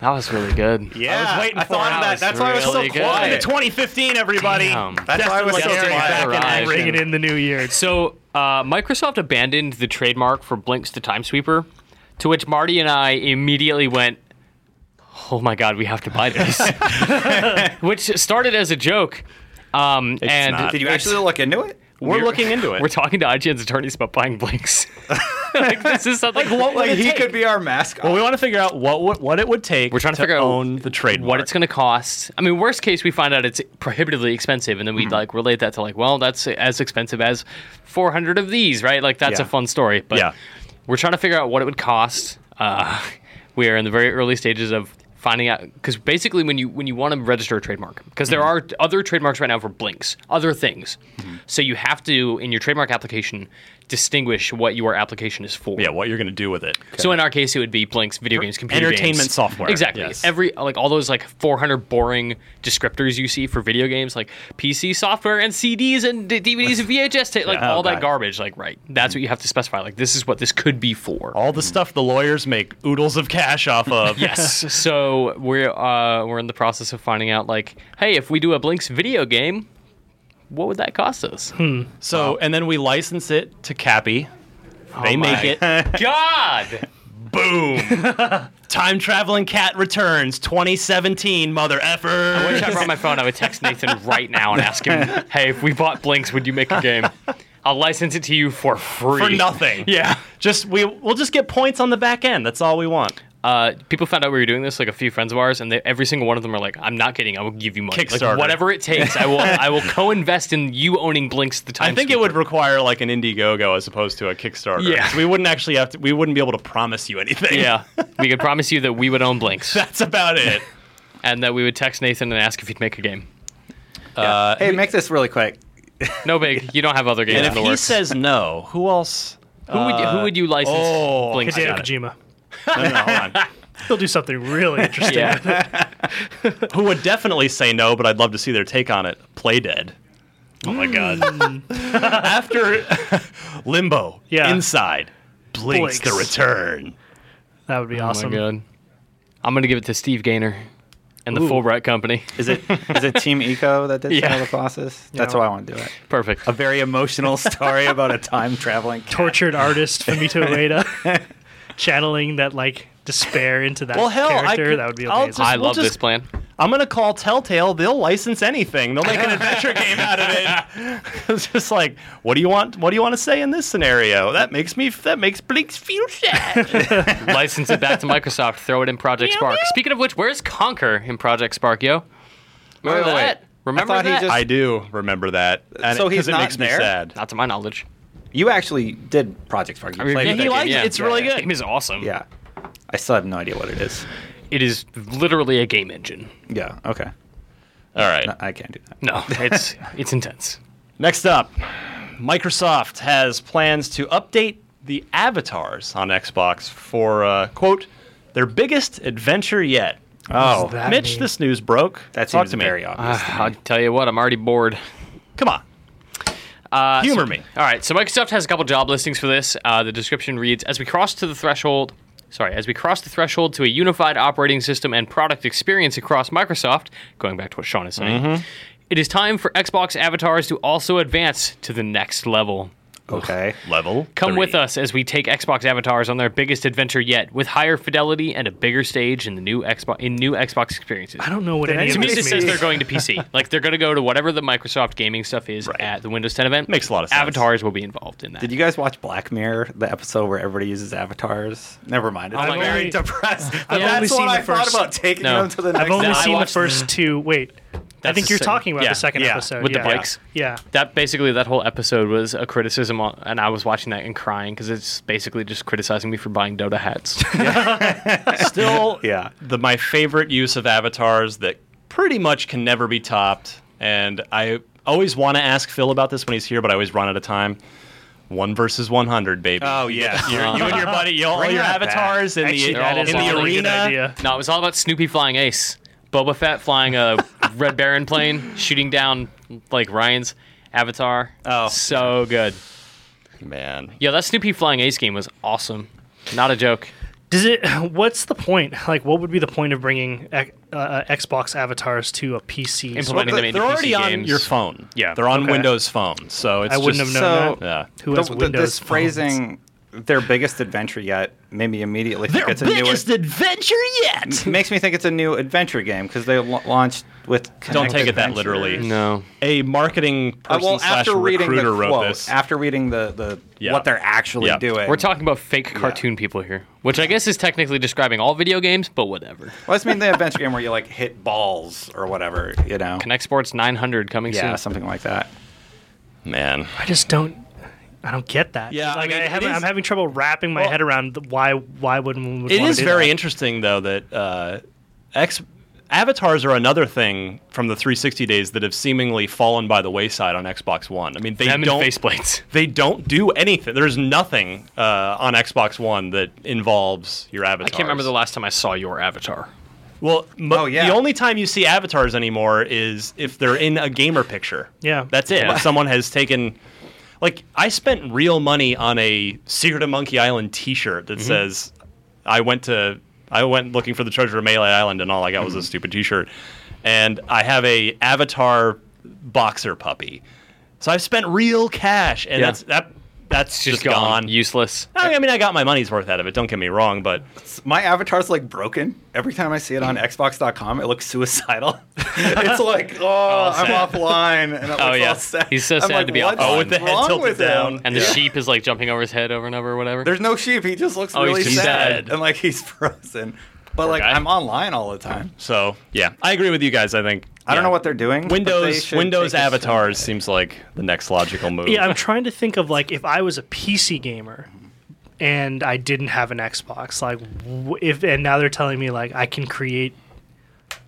[SPEAKER 5] that was really good.
[SPEAKER 6] Yeah, I was waiting for
[SPEAKER 3] thought
[SPEAKER 6] it.
[SPEAKER 3] of that. That's why I was so
[SPEAKER 5] really
[SPEAKER 3] quiet.
[SPEAKER 5] good.
[SPEAKER 3] Welcome to 2015, everybody.
[SPEAKER 5] Damn.
[SPEAKER 6] That's why I was
[SPEAKER 5] Destiny
[SPEAKER 6] so
[SPEAKER 5] Destiny
[SPEAKER 6] quiet.
[SPEAKER 5] Back in action.
[SPEAKER 7] Bring it in the new year.
[SPEAKER 5] So uh, Microsoft abandoned the trademark for Blinks to Time Sweeper, to which Marty and I immediately went, "Oh my God, we have to buy this," which started as a joke. Um, and
[SPEAKER 6] not. Did you
[SPEAKER 5] it's-
[SPEAKER 6] actually look into it?
[SPEAKER 3] We're looking into it.
[SPEAKER 5] We're talking to IGN's attorneys about buying Blinks. like this is something.
[SPEAKER 3] Like, what would it
[SPEAKER 6] he
[SPEAKER 3] take?
[SPEAKER 6] could be our mascot.
[SPEAKER 3] Well, we want to figure out what would, what it would take. We're
[SPEAKER 5] trying to figure out
[SPEAKER 3] own the trademark.
[SPEAKER 5] what it's going to cost. I mean, worst case, we find out it's prohibitively expensive, and then we
[SPEAKER 3] Mm-hmm.
[SPEAKER 5] like relate that to like, well, that's as expensive as 400 of these, right? Like that's
[SPEAKER 3] Yeah.
[SPEAKER 5] a fun story. But
[SPEAKER 3] Yeah.
[SPEAKER 5] we're trying to figure out what it would cost. Uh, we are in the very early stages of finding out because basically when you when you want to register a trademark because there
[SPEAKER 3] Mm-hmm.
[SPEAKER 5] are other trademarks right now for blinks other things so you have to in your trademark application distinguish what your application is for
[SPEAKER 3] yeah, what you're going to do with it.
[SPEAKER 5] so in our case, it would be Blinks, video games, computer
[SPEAKER 3] entertainment
[SPEAKER 5] games.
[SPEAKER 3] software.
[SPEAKER 5] Exactly.
[SPEAKER 3] Yes.
[SPEAKER 5] Every like all those like 400 boring descriptors you see for video games, like PC software and CDs and d- DVDs and VHS tape, like
[SPEAKER 3] Yeah,
[SPEAKER 5] all
[SPEAKER 3] oh,
[SPEAKER 5] that
[SPEAKER 3] God.
[SPEAKER 5] garbage. Like right, that's what you have to specify. Like this is what this could be for.
[SPEAKER 3] All the stuff the lawyers make oodles of cash off of.
[SPEAKER 5] yes. So we're uh, we're in the process of finding out like, hey, if we do a Blinks video game, what would that cost us?
[SPEAKER 3] Hmm. So and then we license it to Cappy. They
[SPEAKER 5] Oh
[SPEAKER 3] make
[SPEAKER 5] my
[SPEAKER 3] it.
[SPEAKER 5] God.
[SPEAKER 3] Boom. Time traveling cat returns 2017. Mother effer.
[SPEAKER 5] I wish I brought my phone. I would text Nathan right now and ask him, "Hey, if we bought Blinks, would you make a game? I'll license it to you for free
[SPEAKER 3] for nothing.
[SPEAKER 5] Yeah.
[SPEAKER 3] Just we we'll just get points on the back end. That's all we want.
[SPEAKER 5] Uh, people found out we were doing this, like a few friends of ours, and they, every single one of them are like, "I'm not kidding. I will give you money, Like,
[SPEAKER 3] Kickstarter.
[SPEAKER 5] whatever it takes. I will. I will co-invest in you owning Blinks the time.
[SPEAKER 3] I think it would require like an Indiegogo as opposed to a Kickstarter.
[SPEAKER 5] Yeah.
[SPEAKER 3] So we wouldn't actually have to. We wouldn't be able to promise you anything.
[SPEAKER 5] Yeah, we could promise you that we would own Blinks.
[SPEAKER 3] That's about it.
[SPEAKER 5] and that we would text Nathan and ask if he'd make a game.
[SPEAKER 3] Uh,
[SPEAKER 6] hey, make this really quick.
[SPEAKER 5] No big. You don't have other games
[SPEAKER 3] and
[SPEAKER 5] in
[SPEAKER 3] if
[SPEAKER 5] the
[SPEAKER 3] he
[SPEAKER 5] works.
[SPEAKER 3] says no, who else?
[SPEAKER 5] Who would- who would you license
[SPEAKER 3] Oh,
[SPEAKER 5] Blinks
[SPEAKER 3] I
[SPEAKER 7] Hideo
[SPEAKER 3] got it.
[SPEAKER 7] Kojima.
[SPEAKER 3] No, no, hold on.
[SPEAKER 7] He'll do something really interesting.
[SPEAKER 3] who would definitely say no, but I'd love to see their take on it. Play Dead. Oh my god. After Limbo,
[SPEAKER 7] Yeah.
[SPEAKER 3] Inside, Blinks, the
[SPEAKER 7] Blinks.
[SPEAKER 3] Return.
[SPEAKER 7] That would be awesome.
[SPEAKER 5] Oh my god. I'm gonna give it to Steve Gaynor and the
[SPEAKER 6] Ooh.
[SPEAKER 5] Fulbright Company.
[SPEAKER 6] Is it is it Team Eco that did
[SPEAKER 5] Yeah.
[SPEAKER 6] all the bosses? That's
[SPEAKER 5] No.
[SPEAKER 6] why I want to do it.
[SPEAKER 5] Perfect.
[SPEAKER 6] A very emotional story about a time traveling
[SPEAKER 7] Tortured artist Fumito Ueda, channeling that like despair into that
[SPEAKER 3] Well, hell, I
[SPEAKER 7] character.
[SPEAKER 3] could-
[SPEAKER 7] that would be
[SPEAKER 3] I'll
[SPEAKER 7] amazing.
[SPEAKER 3] just- I we'll love just-
[SPEAKER 5] This plan.
[SPEAKER 3] I'm gonna call Telltale. They'll license anything. They'll make an adventure game out of it. It's just like, what do you want? What do you want to say in this scenario? That makes me. That makes Blinks feel sad.
[SPEAKER 5] License it back to Microsoft. Throw it in Project Spark. Speaking of which, where's Conquer in Project Spark, yo? Remember
[SPEAKER 3] Wait, wait,
[SPEAKER 5] that?
[SPEAKER 3] wait.
[SPEAKER 5] Remember that?
[SPEAKER 3] I do remember that. And it,
[SPEAKER 6] So
[SPEAKER 3] 'cause
[SPEAKER 6] he's
[SPEAKER 3] it
[SPEAKER 6] not
[SPEAKER 3] makes
[SPEAKER 6] there?
[SPEAKER 3] me sad.
[SPEAKER 5] Not to my knowledge.
[SPEAKER 6] You actually did Project Spark. You
[SPEAKER 5] I reviewed
[SPEAKER 6] played
[SPEAKER 5] that
[SPEAKER 6] that
[SPEAKER 5] game,
[SPEAKER 6] game.
[SPEAKER 5] yeah.
[SPEAKER 3] It's really
[SPEAKER 5] That
[SPEAKER 3] good.
[SPEAKER 5] game is awesome.
[SPEAKER 6] Yeah. I still have no idea what it is.
[SPEAKER 5] It is literally a game engine.
[SPEAKER 6] Yeah. Okay.
[SPEAKER 3] All right.
[SPEAKER 6] No, I can't do that.
[SPEAKER 5] No, it's it's intense.
[SPEAKER 3] Next up, Microsoft has plans to update the avatars on Xbox for uh, quote their biggest adventure yet.
[SPEAKER 6] Oh,
[SPEAKER 7] that
[SPEAKER 3] Mitch,
[SPEAKER 7] mean?
[SPEAKER 3] this news broke.
[SPEAKER 6] that
[SPEAKER 3] Talk
[SPEAKER 6] seems
[SPEAKER 3] to me.
[SPEAKER 6] very obvious.
[SPEAKER 5] Uh, I'll tell you what, I'm already bored.
[SPEAKER 3] Come on.
[SPEAKER 5] Uh,
[SPEAKER 3] Humor
[SPEAKER 5] so-
[SPEAKER 3] me.
[SPEAKER 5] All right. So Microsoft has a couple job listings for this. Uh, the description reads: As we cross to the threshold, sorry, as we cross the threshold to a unified operating system and product experience across Microsoft, going back to what Sean is saying,
[SPEAKER 3] Mm-hmm.
[SPEAKER 5] it is time for Xbox avatars to also advance to the next level.
[SPEAKER 6] Okay.
[SPEAKER 3] Level.
[SPEAKER 5] Come
[SPEAKER 3] three.
[SPEAKER 5] with us as we take Xbox avatars on their biggest adventure yet, with higher fidelity and a bigger stage in the new Xbox in new Xbox experiences.
[SPEAKER 7] I don't know what
[SPEAKER 6] Did
[SPEAKER 7] any of
[SPEAKER 5] To
[SPEAKER 7] this
[SPEAKER 5] me,
[SPEAKER 6] anybody
[SPEAKER 7] means.
[SPEAKER 5] this says they're going to PC. like they're going to go to whatever the Microsoft gaming stuff is at the Windows 10 event.
[SPEAKER 3] Makes a lot of sense.
[SPEAKER 5] Avatars will be involved in that.
[SPEAKER 6] Did you guys watch Black Mirror, the episode where everybody uses avatars? Never mind. It's
[SPEAKER 5] my
[SPEAKER 6] I'm very
[SPEAKER 7] God.
[SPEAKER 6] depressed. But
[SPEAKER 7] only
[SPEAKER 6] that's
[SPEAKER 7] seen
[SPEAKER 6] what
[SPEAKER 7] the
[SPEAKER 6] I thought
[SPEAKER 7] first-
[SPEAKER 6] about taking
[SPEAKER 5] No.
[SPEAKER 6] them to the next
[SPEAKER 7] I've only
[SPEAKER 5] I
[SPEAKER 7] seen the
[SPEAKER 5] watched-
[SPEAKER 7] first two. Wait, I
[SPEAKER 5] That's
[SPEAKER 7] think
[SPEAKER 5] the
[SPEAKER 7] you're
[SPEAKER 5] second-
[SPEAKER 7] talking about
[SPEAKER 3] yeah,
[SPEAKER 7] the second
[SPEAKER 3] yeah,
[SPEAKER 7] episode
[SPEAKER 5] with the
[SPEAKER 7] yeah.
[SPEAKER 5] bikes.
[SPEAKER 7] Yeah,
[SPEAKER 5] that basically that whole episode was a criticism on, and I was watching that and crying because it's basically just criticizing me for buying Dota hats.
[SPEAKER 3] Still,
[SPEAKER 6] Yeah.
[SPEAKER 3] the my favorite use of avatars that pretty much can never be topped. And I always want to ask Phil about this when he's here, but I always run out of time. One versus one hundred, baby. Uh,
[SPEAKER 6] Oh, yeah.
[SPEAKER 3] You're- you and your buddy, you all
[SPEAKER 6] Bring
[SPEAKER 3] your
[SPEAKER 6] that back.
[SPEAKER 3] avatars in
[SPEAKER 7] Actually,
[SPEAKER 3] the
[SPEAKER 7] that
[SPEAKER 5] is
[SPEAKER 3] in
[SPEAKER 5] a
[SPEAKER 3] the
[SPEAKER 5] really
[SPEAKER 7] good
[SPEAKER 3] arena.
[SPEAKER 7] idea.
[SPEAKER 5] no, it was all about Snoopy flying Ace, Boba Fett flying a Red Baron plane, shooting down like Ryan's avatar.
[SPEAKER 6] Oh.
[SPEAKER 5] so good.
[SPEAKER 3] Man,
[SPEAKER 5] Yeah, that Snoopy flying Ace game was awesome. Not a joke.
[SPEAKER 7] Does it? What's the point? Like, what would be the point of bringing X- uh, Xbox avatars to a PC?
[SPEAKER 5] Implementing them
[SPEAKER 3] they're
[SPEAKER 5] into
[SPEAKER 3] they're
[SPEAKER 5] PC
[SPEAKER 3] already on
[SPEAKER 5] games.
[SPEAKER 3] your phone.
[SPEAKER 7] Yeah,
[SPEAKER 3] they're on
[SPEAKER 7] okay.
[SPEAKER 3] Windows Phone, so it's
[SPEAKER 7] I wouldn't
[SPEAKER 3] just-
[SPEAKER 7] have
[SPEAKER 6] so-
[SPEAKER 7] known that.
[SPEAKER 3] Yeah.
[SPEAKER 7] Who has
[SPEAKER 6] The- the-
[SPEAKER 7] Windows?
[SPEAKER 6] This
[SPEAKER 7] phones?
[SPEAKER 6] phrasing, their biggest adventure yet, made me immediately think
[SPEAKER 3] Their
[SPEAKER 6] it's a new.
[SPEAKER 3] biggest adventure yet.
[SPEAKER 6] makes me think it's a new adventure game because they la- launched with.
[SPEAKER 3] Don't
[SPEAKER 6] Connect
[SPEAKER 3] take it that
[SPEAKER 6] Adventures.
[SPEAKER 3] literally.
[SPEAKER 5] No.
[SPEAKER 3] A marketing
[SPEAKER 6] Uh,
[SPEAKER 3] person
[SPEAKER 6] well,
[SPEAKER 3] slash
[SPEAKER 6] after reading the
[SPEAKER 3] recruiter wrote
[SPEAKER 6] quote,
[SPEAKER 3] this.
[SPEAKER 6] after reading the, the
[SPEAKER 3] Yeah.
[SPEAKER 6] what they're actually
[SPEAKER 3] Yeah.
[SPEAKER 6] doing,
[SPEAKER 5] We're talking about fake cartoon people here, which I guess is technically describing all video games, but whatever.
[SPEAKER 6] Well, it's mean the adventure game where you like hit balls or whatever, you know.
[SPEAKER 5] Connect Sports 900 coming
[SPEAKER 6] Yeah,
[SPEAKER 5] soon.
[SPEAKER 6] something like that.
[SPEAKER 3] Man,
[SPEAKER 7] I just don't. I don't get that.
[SPEAKER 3] Yeah,
[SPEAKER 7] like,
[SPEAKER 3] I
[SPEAKER 7] I
[SPEAKER 3] mean, it
[SPEAKER 7] have,
[SPEAKER 3] is-
[SPEAKER 7] I'm having trouble wrapping my
[SPEAKER 3] Well-
[SPEAKER 7] head around the, why. Why would one would
[SPEAKER 3] it
[SPEAKER 7] wanna
[SPEAKER 3] is
[SPEAKER 7] do
[SPEAKER 3] very
[SPEAKER 7] that?
[SPEAKER 3] interesting though that uh, X avatars are another thing from the 360 days that have seemingly fallen by the wayside on Xbox One. I mean, they
[SPEAKER 5] Them and
[SPEAKER 3] don't
[SPEAKER 5] faceplates.
[SPEAKER 3] they don't do anything. There's nothing uh, on Xbox One that involves your
[SPEAKER 5] I
[SPEAKER 3] avatars.
[SPEAKER 5] can't remember the last time I saw your avatar.
[SPEAKER 3] Well, m-
[SPEAKER 6] Oh, yeah.
[SPEAKER 3] the only time you see avatars anymore is if they're in a gamer picture.
[SPEAKER 7] Yeah.
[SPEAKER 3] That's it.
[SPEAKER 5] Yeah.
[SPEAKER 3] Someone has taken. Like, I spent real money on a Secret of Monkey Island t shirt that says, I went to. I went looking for the treasure of Melee Island, and all I got was a stupid T-shirt. And I have a Avatar boxer puppy, so I've spent real cash, and
[SPEAKER 5] Yeah.
[SPEAKER 3] that's that that's just gone.
[SPEAKER 5] useless.
[SPEAKER 3] I I mean, I got my money's worth out of it. Don't get me wrong, but
[SPEAKER 6] my avatar's like broken. Every time I see it on
[SPEAKER 5] Mm.
[SPEAKER 6] Xbox.com, it looks suicidal. it's like, oh, I'm
[SPEAKER 5] sad.
[SPEAKER 6] offline, and it looks
[SPEAKER 5] oh yeah,
[SPEAKER 6] all sad.
[SPEAKER 5] he's so
[SPEAKER 6] I'm
[SPEAKER 5] sad
[SPEAKER 6] like,
[SPEAKER 5] to be
[SPEAKER 6] what's
[SPEAKER 5] out.
[SPEAKER 6] wrong with him?
[SPEAKER 5] and the sheep is like jumping over his head over and over, or whatever.
[SPEAKER 6] There's no sheep. He just looks
[SPEAKER 5] Oh, he's
[SPEAKER 6] really
[SPEAKER 5] just
[SPEAKER 6] sad.
[SPEAKER 5] sad.
[SPEAKER 6] and like he's frozen. But like I'm online all the time.
[SPEAKER 3] So yeah, I agree with you guys. I think
[SPEAKER 6] I don't know what they're doing. but they
[SPEAKER 3] Windows
[SPEAKER 6] should
[SPEAKER 3] Windows
[SPEAKER 6] take a
[SPEAKER 3] avatars seems like the next logical move.
[SPEAKER 7] Yeah, I'm trying to think of like if I was a PC gamer and I didn't have an Xbox, like w- if and now they're telling me like I can create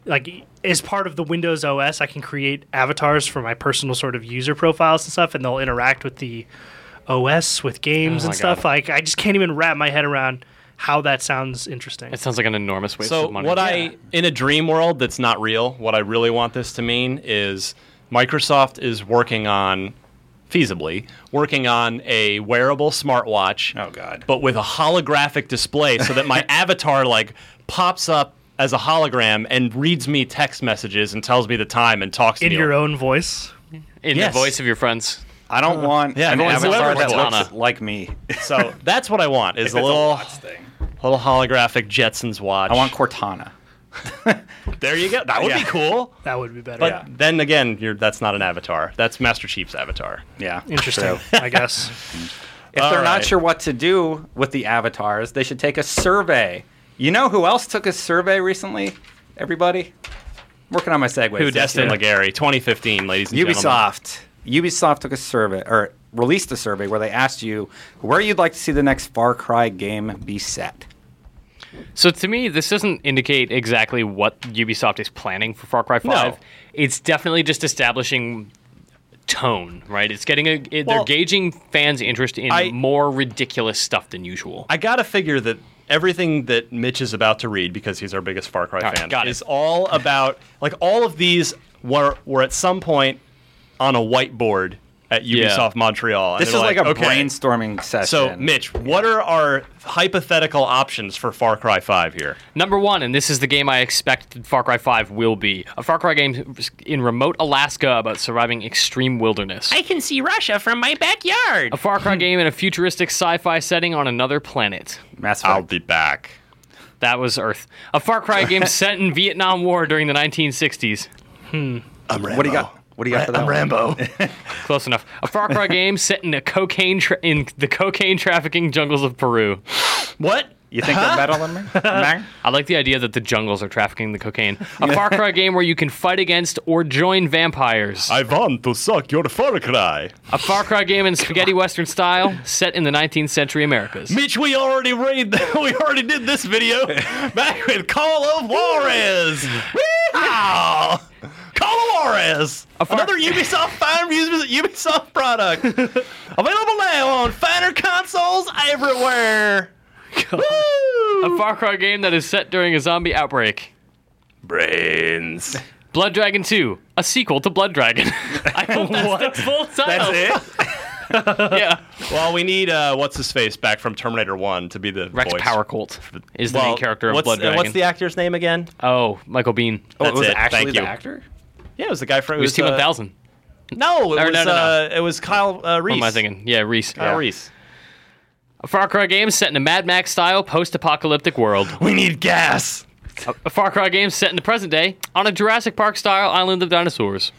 [SPEAKER 7] like e- as part of the Windows OS, I can create avatars for my personal sort of user profiles and stuff and they'll interact with the OS with games
[SPEAKER 5] Oh my
[SPEAKER 7] and stuff.
[SPEAKER 5] God.
[SPEAKER 7] Like I just can't even wrap my head around how that sounds interesting.
[SPEAKER 5] It sounds like an enormous waste
[SPEAKER 3] so
[SPEAKER 5] of money.
[SPEAKER 3] what I in a dream world that's not real. What I really want this to mean is Microsoft is working on feasibly working on a wearable smartwatch. Oh god! But with a holographic display, so that my avatar like pops up as a hologram and reads me text messages and tells me the time and talks
[SPEAKER 7] in
[SPEAKER 3] to me
[SPEAKER 7] your own voice.
[SPEAKER 5] in
[SPEAKER 3] Yes.
[SPEAKER 5] the voice of your friends.
[SPEAKER 6] I
[SPEAKER 5] Uh,
[SPEAKER 6] don't want
[SPEAKER 3] Yeah,
[SPEAKER 6] an
[SPEAKER 3] no, it's
[SPEAKER 6] avatar
[SPEAKER 3] whoever
[SPEAKER 6] that
[SPEAKER 3] wants
[SPEAKER 6] looks
[SPEAKER 3] it.
[SPEAKER 6] like me.
[SPEAKER 3] So that's what I want is
[SPEAKER 6] If it's
[SPEAKER 3] a
[SPEAKER 6] a
[SPEAKER 3] little
[SPEAKER 6] watch thing.
[SPEAKER 3] little holographic Jetsons watch.
[SPEAKER 6] I want Cortana.
[SPEAKER 3] There you go. That would be
[SPEAKER 6] Yeah.
[SPEAKER 3] cool.
[SPEAKER 7] That would be better.
[SPEAKER 3] But then again, you're that's not an avatar. That's Master Chief's avatar.
[SPEAKER 6] Yeah.
[SPEAKER 7] Interesting, I guess.
[SPEAKER 6] If
[SPEAKER 3] All
[SPEAKER 6] they're
[SPEAKER 3] right.
[SPEAKER 6] not sure what to do with the avatars, they should take a survey. You know who else took a survey recently? Everybody? Working on my segues.
[SPEAKER 3] Who
[SPEAKER 6] this
[SPEAKER 3] Destin
[SPEAKER 6] year.
[SPEAKER 3] Legary, 2015, ladies and gentlemen.
[SPEAKER 6] Ubisoft. Ubisoft took a survey or released a survey where they asked you where you'd like to see the next Far Cry game be set.
[SPEAKER 5] So to me, this doesn't indicate exactly what Ubisoft is planning for Far Cry Five. It's definitely just establishing tone, right? It's getting a it,
[SPEAKER 3] Well,
[SPEAKER 5] they're gauging fans' interest in
[SPEAKER 3] I-
[SPEAKER 5] more ridiculous stuff than usual.
[SPEAKER 3] I gotta figure that everything that Mitch is about to read, because he's our biggest Far Cry
[SPEAKER 5] right,
[SPEAKER 3] fan,
[SPEAKER 5] got it.
[SPEAKER 3] is all about like all of these were were at some point on a whiteboard at
[SPEAKER 6] Yeah.
[SPEAKER 3] Ubisoft Montreal. and
[SPEAKER 6] This is
[SPEAKER 3] they're
[SPEAKER 6] like, a
[SPEAKER 3] okay,
[SPEAKER 6] brainstorming session.
[SPEAKER 3] So, Mitch, what are our hypothetical options for Far Cry 5 here?
[SPEAKER 5] Number one, and this is the game I expect Far Cry 5 will be a Far Cry game in remote Alaska about surviving extreme wilderness.
[SPEAKER 10] I can see Russia from my backyard.
[SPEAKER 5] A Far Cry game in a futuristic sci fi setting on another planet.
[SPEAKER 6] Mass
[SPEAKER 3] I'll be back.
[SPEAKER 5] That was Earth. A Far Cry game set in Vietnam War during the 1960s.
[SPEAKER 7] Hmm.
[SPEAKER 6] I'm What do you got? What do you got for that? one?
[SPEAKER 5] Close enough. A Far Cry game set in a cocaine tra- in the cocaine trafficking jungles of Peru.
[SPEAKER 3] What?
[SPEAKER 6] You think they're better than me? Nah.
[SPEAKER 5] I like the idea that the jungles are trafficking the cocaine. A Far Cry game where you can fight against or join vampires.
[SPEAKER 3] I want to suck your Far Cry.
[SPEAKER 5] A Far Cry game in spaghetti western style set in the 19th century Americas.
[SPEAKER 3] Mitch, we already read. we already did this video back with Call of Juarez. Wow, Call of Juarez, another Ubisoft fine Ubisoft product, available now on finer consoles everywhere.
[SPEAKER 5] A Far Cry game that is set during a zombie outbreak.
[SPEAKER 3] Brains.
[SPEAKER 5] Blood Dragon 2, a sequel to Blood Dragon. I hope that's the full title.
[SPEAKER 3] it.
[SPEAKER 5] yeah.
[SPEAKER 3] Oh. Well, we need uh, what's his face back from Terminator One to be the
[SPEAKER 5] Rex
[SPEAKER 3] voice.
[SPEAKER 5] Power Colt is the main
[SPEAKER 3] Well,
[SPEAKER 5] character of
[SPEAKER 3] what's,
[SPEAKER 5] Blood
[SPEAKER 3] uh,
[SPEAKER 5] Dragon.
[SPEAKER 3] What's the actor's name again?
[SPEAKER 5] Oh, Michael Bean.
[SPEAKER 3] Oh, it was actually
[SPEAKER 5] Thank
[SPEAKER 3] the
[SPEAKER 5] you.
[SPEAKER 3] actor? Yeah, it was the guy from
[SPEAKER 5] It was
[SPEAKER 3] it
[SPEAKER 5] Team
[SPEAKER 3] uh,
[SPEAKER 5] 1000.
[SPEAKER 3] No, it
[SPEAKER 5] Or
[SPEAKER 3] was
[SPEAKER 5] no, no, no.
[SPEAKER 3] Uh, it was Kyle uh, Reese.
[SPEAKER 5] What am I thinking? Yeah, Reese.
[SPEAKER 3] Kyle
[SPEAKER 5] Yeah.
[SPEAKER 3] Reese.
[SPEAKER 5] A Far Cry game set in a Mad Max style post apocalyptic world.
[SPEAKER 3] We need gas.
[SPEAKER 5] A, a Far Cry game set in the present day on a Jurassic Park style island of dinosaurs.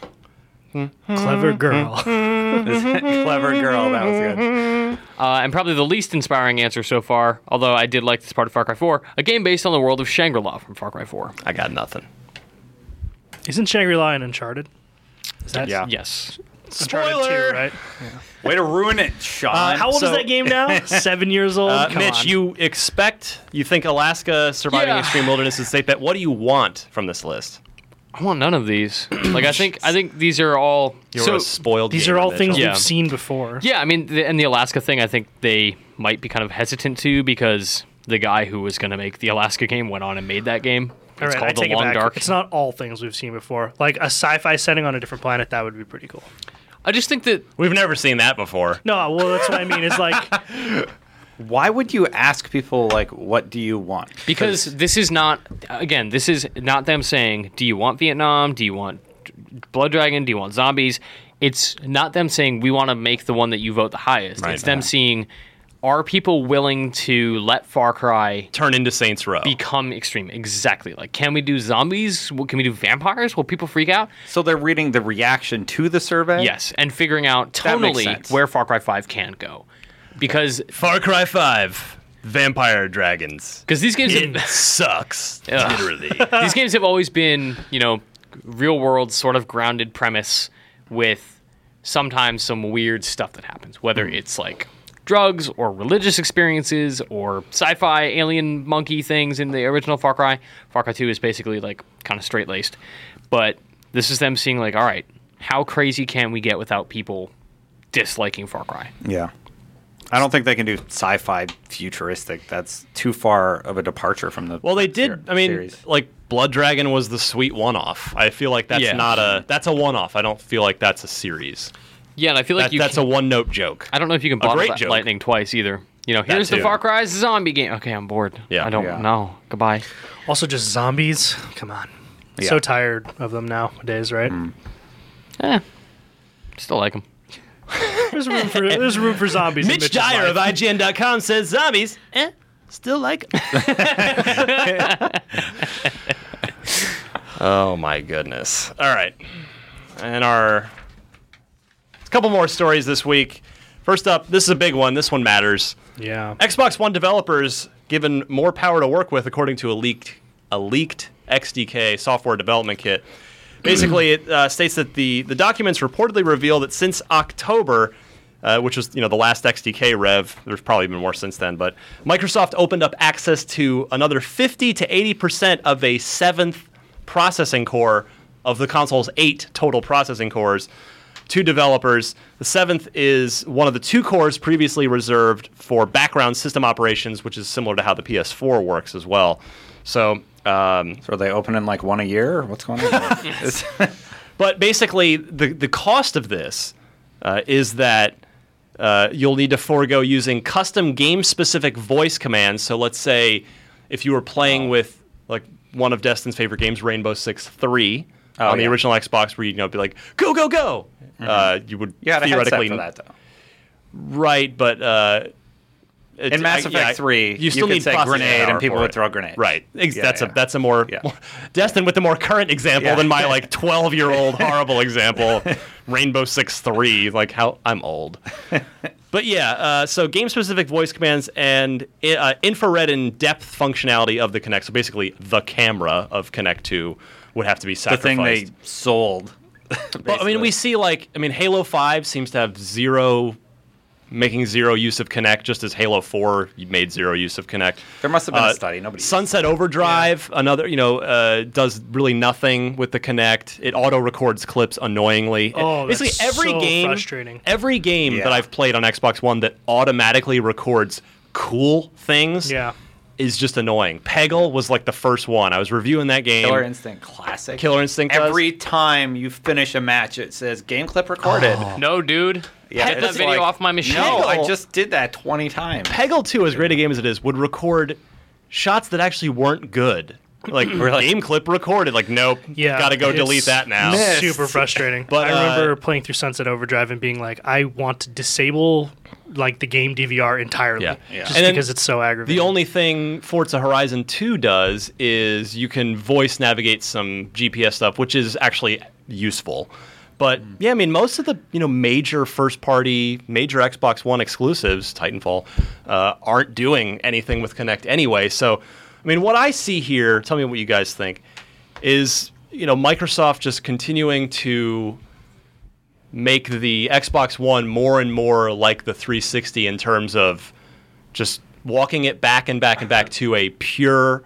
[SPEAKER 7] Clever girl.
[SPEAKER 6] Clever girl, that was good.
[SPEAKER 5] Uh, and probably the least inspiring answer so far, although I did like this part of Far Cry 4, a game based on the world of Shangri La from Far Cry 4.
[SPEAKER 3] I got nothing.
[SPEAKER 7] Isn't Shangri La in Uncharted? Is that
[SPEAKER 6] Yeah.
[SPEAKER 5] Yes.
[SPEAKER 7] Uncharted 2, right?
[SPEAKER 6] Way to ruin it, Sean.
[SPEAKER 7] Uh, how old is
[SPEAKER 3] so-
[SPEAKER 7] that game now? Seven years old.
[SPEAKER 3] Uh,
[SPEAKER 7] Come
[SPEAKER 3] Mitch,
[SPEAKER 7] on.
[SPEAKER 3] you expect, you think Alaska surviving
[SPEAKER 5] Yeah.
[SPEAKER 3] extreme wilderness is safe bet. What do you want from this list?
[SPEAKER 5] I want none of these. like I think I think these are all
[SPEAKER 3] You're
[SPEAKER 5] so,
[SPEAKER 3] a spoiled.
[SPEAKER 7] These
[SPEAKER 3] gamer,
[SPEAKER 7] are all
[SPEAKER 3] Mitch.
[SPEAKER 7] things
[SPEAKER 5] Yeah.
[SPEAKER 7] we've seen before.
[SPEAKER 5] Yeah, I mean, the, and the Alaska thing, I think they might be kind of hesitant to because the guy who was going to make the Alaska game went on and made that game.
[SPEAKER 7] All
[SPEAKER 5] It's
[SPEAKER 7] right, I
[SPEAKER 5] called
[SPEAKER 7] take
[SPEAKER 5] The
[SPEAKER 7] it
[SPEAKER 5] Long
[SPEAKER 7] back.
[SPEAKER 5] Dark.
[SPEAKER 7] It's not all things we've seen before. Like a sci-fi setting on a different planet, that would be pretty cool.
[SPEAKER 5] I just think that
[SPEAKER 3] We've never seen that before.
[SPEAKER 7] No, well, that's what I mean. It's like
[SPEAKER 6] Why would you ask people like, "What do you want?"
[SPEAKER 5] because this is not again, this is not them saying, "Do you want Vietnam? Do you want Blood Dragon? Do you want zombies?" it's not them saying we want to make the one that you vote the highest.
[SPEAKER 3] Right.
[SPEAKER 5] It's them
[SPEAKER 3] Yeah.
[SPEAKER 5] seeing are people willing to let Far Cry
[SPEAKER 3] turn into Saints Row,
[SPEAKER 5] become extreme? Exactly. Like, can we do zombies? Well, Can we do vampires? Will people freak out?
[SPEAKER 6] So they're reading the reaction to the survey.
[SPEAKER 5] Yes, and figuring out
[SPEAKER 6] That makes
[SPEAKER 5] tonally
[SPEAKER 6] sense.
[SPEAKER 5] where Far Cry Five can go, because
[SPEAKER 3] Far Cry Five, Vampire Dragons.
[SPEAKER 5] Because these games
[SPEAKER 3] it sucks.
[SPEAKER 5] Ugh.
[SPEAKER 3] Literally.
[SPEAKER 5] These games have always been, you know, real world sort of grounded premise with sometimes some weird stuff that happens, whether it's like drugs or religious experiences or sci-fi alien monkey things in the original Far Cry. Far Cry 2 is basically like kind of straight-laced, but this is them seeing like, all right, how crazy can we get without people disliking Far Cry?
[SPEAKER 6] Yeah. I don't think they can do sci-fi futuristic. That's too far of a departure from the.
[SPEAKER 3] Well, they did. I mean,
[SPEAKER 6] series.
[SPEAKER 3] like Blood Dragon was the sweet one-off. I feel like that's
[SPEAKER 5] Yeah.
[SPEAKER 3] not a that's a one-off. I don't feel like that's a series.
[SPEAKER 5] Yeah, and I feel like
[SPEAKER 3] That-
[SPEAKER 5] you
[SPEAKER 3] that's
[SPEAKER 5] can-
[SPEAKER 3] a one-note joke.
[SPEAKER 5] I don't know if you can
[SPEAKER 3] A
[SPEAKER 5] bottle
[SPEAKER 3] great
[SPEAKER 5] that
[SPEAKER 3] joke.
[SPEAKER 5] lightning twice either. You know,
[SPEAKER 3] That
[SPEAKER 5] here's the
[SPEAKER 3] too.
[SPEAKER 5] Far Cry zombie game. Okay, I'm bored.
[SPEAKER 3] Yeah.
[SPEAKER 5] I don't
[SPEAKER 3] Yeah.
[SPEAKER 5] know. Goodbye.
[SPEAKER 7] Also, just zombies. Come on.
[SPEAKER 5] Yeah. Mm.
[SPEAKER 7] So tired of them nowadays, right?
[SPEAKER 5] Eh. Still like them.
[SPEAKER 7] There's room for there's room for zombies. in
[SPEAKER 3] Mitch
[SPEAKER 7] Mitch's
[SPEAKER 3] Dyer
[SPEAKER 7] life.
[SPEAKER 3] of IGN.com says zombies. Eh, still like. 'em." oh my goodness! All right, and our a couple more stories this week. First up, this is a big one. This one matters.
[SPEAKER 7] Yeah.
[SPEAKER 3] Xbox One developers given more power to work with, according to a leaked a leaked XDK software development kit. Basically, it uh, states that the the documents reportedly reveal that since October, uh, which was you know the last XDK rev, there's probably been more since then, but Microsoft opened up access to another 50 to 80 percent of a seventh processing core of the console's eight total processing cores to developers. The seventh is one of the two cores previously reserved for background system operations, which is similar to how the PS4 works as well. So, um,
[SPEAKER 6] so are they opening like one a year? Or what's going on? It's-
[SPEAKER 3] but basically, the the cost of this uh, is that uh, you'll need to forego using custom game specific voice commands. So let's say if you were playing with like one of Destin's favorite games, Rainbow Six Three, on the
[SPEAKER 6] Oh, yeah. Mm-hmm.
[SPEAKER 3] original Xbox, where you'd you know, be like, "Go go go," uh, you would
[SPEAKER 6] you had a headset
[SPEAKER 3] theoretically
[SPEAKER 6] for that though.
[SPEAKER 3] Right, but uh, it-
[SPEAKER 6] In Mass
[SPEAKER 3] I-
[SPEAKER 6] Effect
[SPEAKER 3] yeah,
[SPEAKER 6] 3,
[SPEAKER 3] you still
[SPEAKER 6] could
[SPEAKER 3] need
[SPEAKER 6] say
[SPEAKER 3] processing
[SPEAKER 6] grenade
[SPEAKER 3] power
[SPEAKER 6] and people
[SPEAKER 3] for
[SPEAKER 6] would
[SPEAKER 3] it.
[SPEAKER 6] throw grenades.
[SPEAKER 3] Right, Ex-
[SPEAKER 6] Yeah,
[SPEAKER 3] that's
[SPEAKER 6] yeah.
[SPEAKER 3] a that's a more, more- Destin with the more current example
[SPEAKER 6] Yeah.
[SPEAKER 3] than my like twelve year old horrible example, Rainbow Six Three. Like how I'm old, but yeah. Uh, so game specific voice commands and i- uh, infrared and depth functionality of the Kinect. So basically, the camera of Kinect Two would have to be
[SPEAKER 6] The thing
[SPEAKER 3] sacrificed.
[SPEAKER 6] they sold.
[SPEAKER 3] Well, I mean, we see like I mean, Halo Five seems to have zero, making zero use of Connect, just as Halo Four made zero use of Connect. There
[SPEAKER 6] must have been a study. Nobody-
[SPEAKER 3] Sunset Overdrive, another you know, uh, does really nothing with the Connect. It auto records clips annoyingly.
[SPEAKER 7] Oh, that's
[SPEAKER 3] basically every
[SPEAKER 7] so
[SPEAKER 3] game,
[SPEAKER 7] frustrating.
[SPEAKER 3] every game
[SPEAKER 7] Yeah.
[SPEAKER 3] that I've played on Xbox One that automatically records cool things.
[SPEAKER 7] Yeah.
[SPEAKER 3] Is just annoying. Peggle was like the first one. I was reviewing that game.
[SPEAKER 6] Killer Instinct classic.
[SPEAKER 3] Killer Instinct does.
[SPEAKER 6] Every time you finish a match, it says game clip recorded.
[SPEAKER 3] Oh.
[SPEAKER 5] Oh. No, dude. Get that
[SPEAKER 6] it's
[SPEAKER 5] video
[SPEAKER 6] like,
[SPEAKER 5] off my machine.
[SPEAKER 6] No, I just did that twenty times.
[SPEAKER 3] Peggle 2, as great a game as it is, would record shots that actually weren't good. Like game clip recorded. Like nope.
[SPEAKER 7] Yeah,
[SPEAKER 3] Gotta go
[SPEAKER 7] it's
[SPEAKER 3] delete that now.
[SPEAKER 7] Super frustrating.
[SPEAKER 3] But,
[SPEAKER 7] but I remember
[SPEAKER 3] uh,
[SPEAKER 7] playing through Sunset Overdrive and being like, I want to disable like the game DVR entirely,
[SPEAKER 3] Yeah. Yeah.
[SPEAKER 7] just
[SPEAKER 3] And then
[SPEAKER 7] because it's so aggravating.
[SPEAKER 3] The only thing Forza Horizon 2 does is you can voice navigate some GPS stuff, which is actually useful. But yeah, I mean, most of the you know major first party, major Xbox One exclusives, Titanfall, uh, aren't doing anything with Connect anyway. So, I mean, what I see here, tell me what you guys think, is you know Microsoft just continuing to make the Xbox One more and more like the 360 in terms of just walking it back and back and back to a pure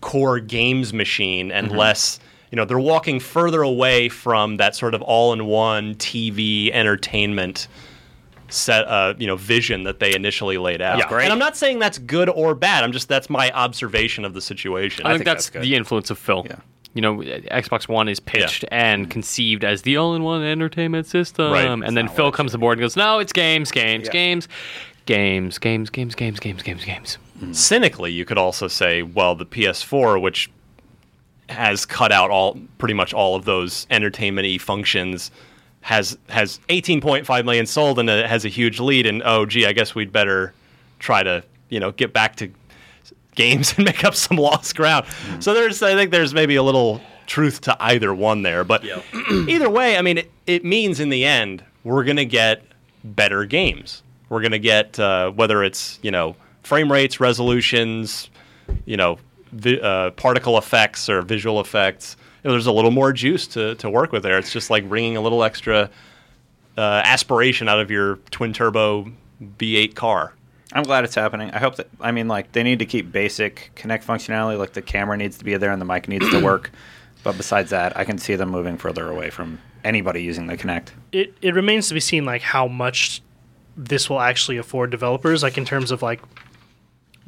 [SPEAKER 3] core games machine and
[SPEAKER 5] Mm-hmm.
[SPEAKER 3] less you know they're walking further away from that sort of all-in-one TV entertainment set uh, you know vision that they initially laid out.
[SPEAKER 5] Yeah. Great.
[SPEAKER 3] And I'm not saying that's good or bad. I'm just that's my observation of the situation.
[SPEAKER 5] I, think, that's, the influence of Phil. You know, Xbox One is pitched and conceived as the all-in-one entertainment system,
[SPEAKER 3] Right. It's
[SPEAKER 5] and then Phil comes aboard and goes, "No, it's games, games, games, games, games, games, games, games, games, games."
[SPEAKER 3] cynically you could also say well the ps4 which has cut out all pretty much all of those entertainment-y functions has has 18.5 million sold and uh, has a huge lead. And oh, gee, I guess we'd better try to you know get back to games and make up some lost ground. So there's I think there's maybe a little truth to either one there, but either way, I mean it, it means in the end we're gonna get better games. We're gonna get uh, whether it's you know frame rates, resolutions, you know vi- uh, particle effects or visual effects. You know, there's a little more juice to, to work with there. It's just like bringing a little extra uh, aspiration out of your twin turbo V8 car.
[SPEAKER 6] I'm glad it's happening. I hope that I mean like they need to keep basic connect functionality. Like the camera needs to be there and the mic needs to work. But besides that, I can see them moving further away from anybody using the Kinect.
[SPEAKER 7] it it remains to be seen like how much this will actually afford developers like in terms of like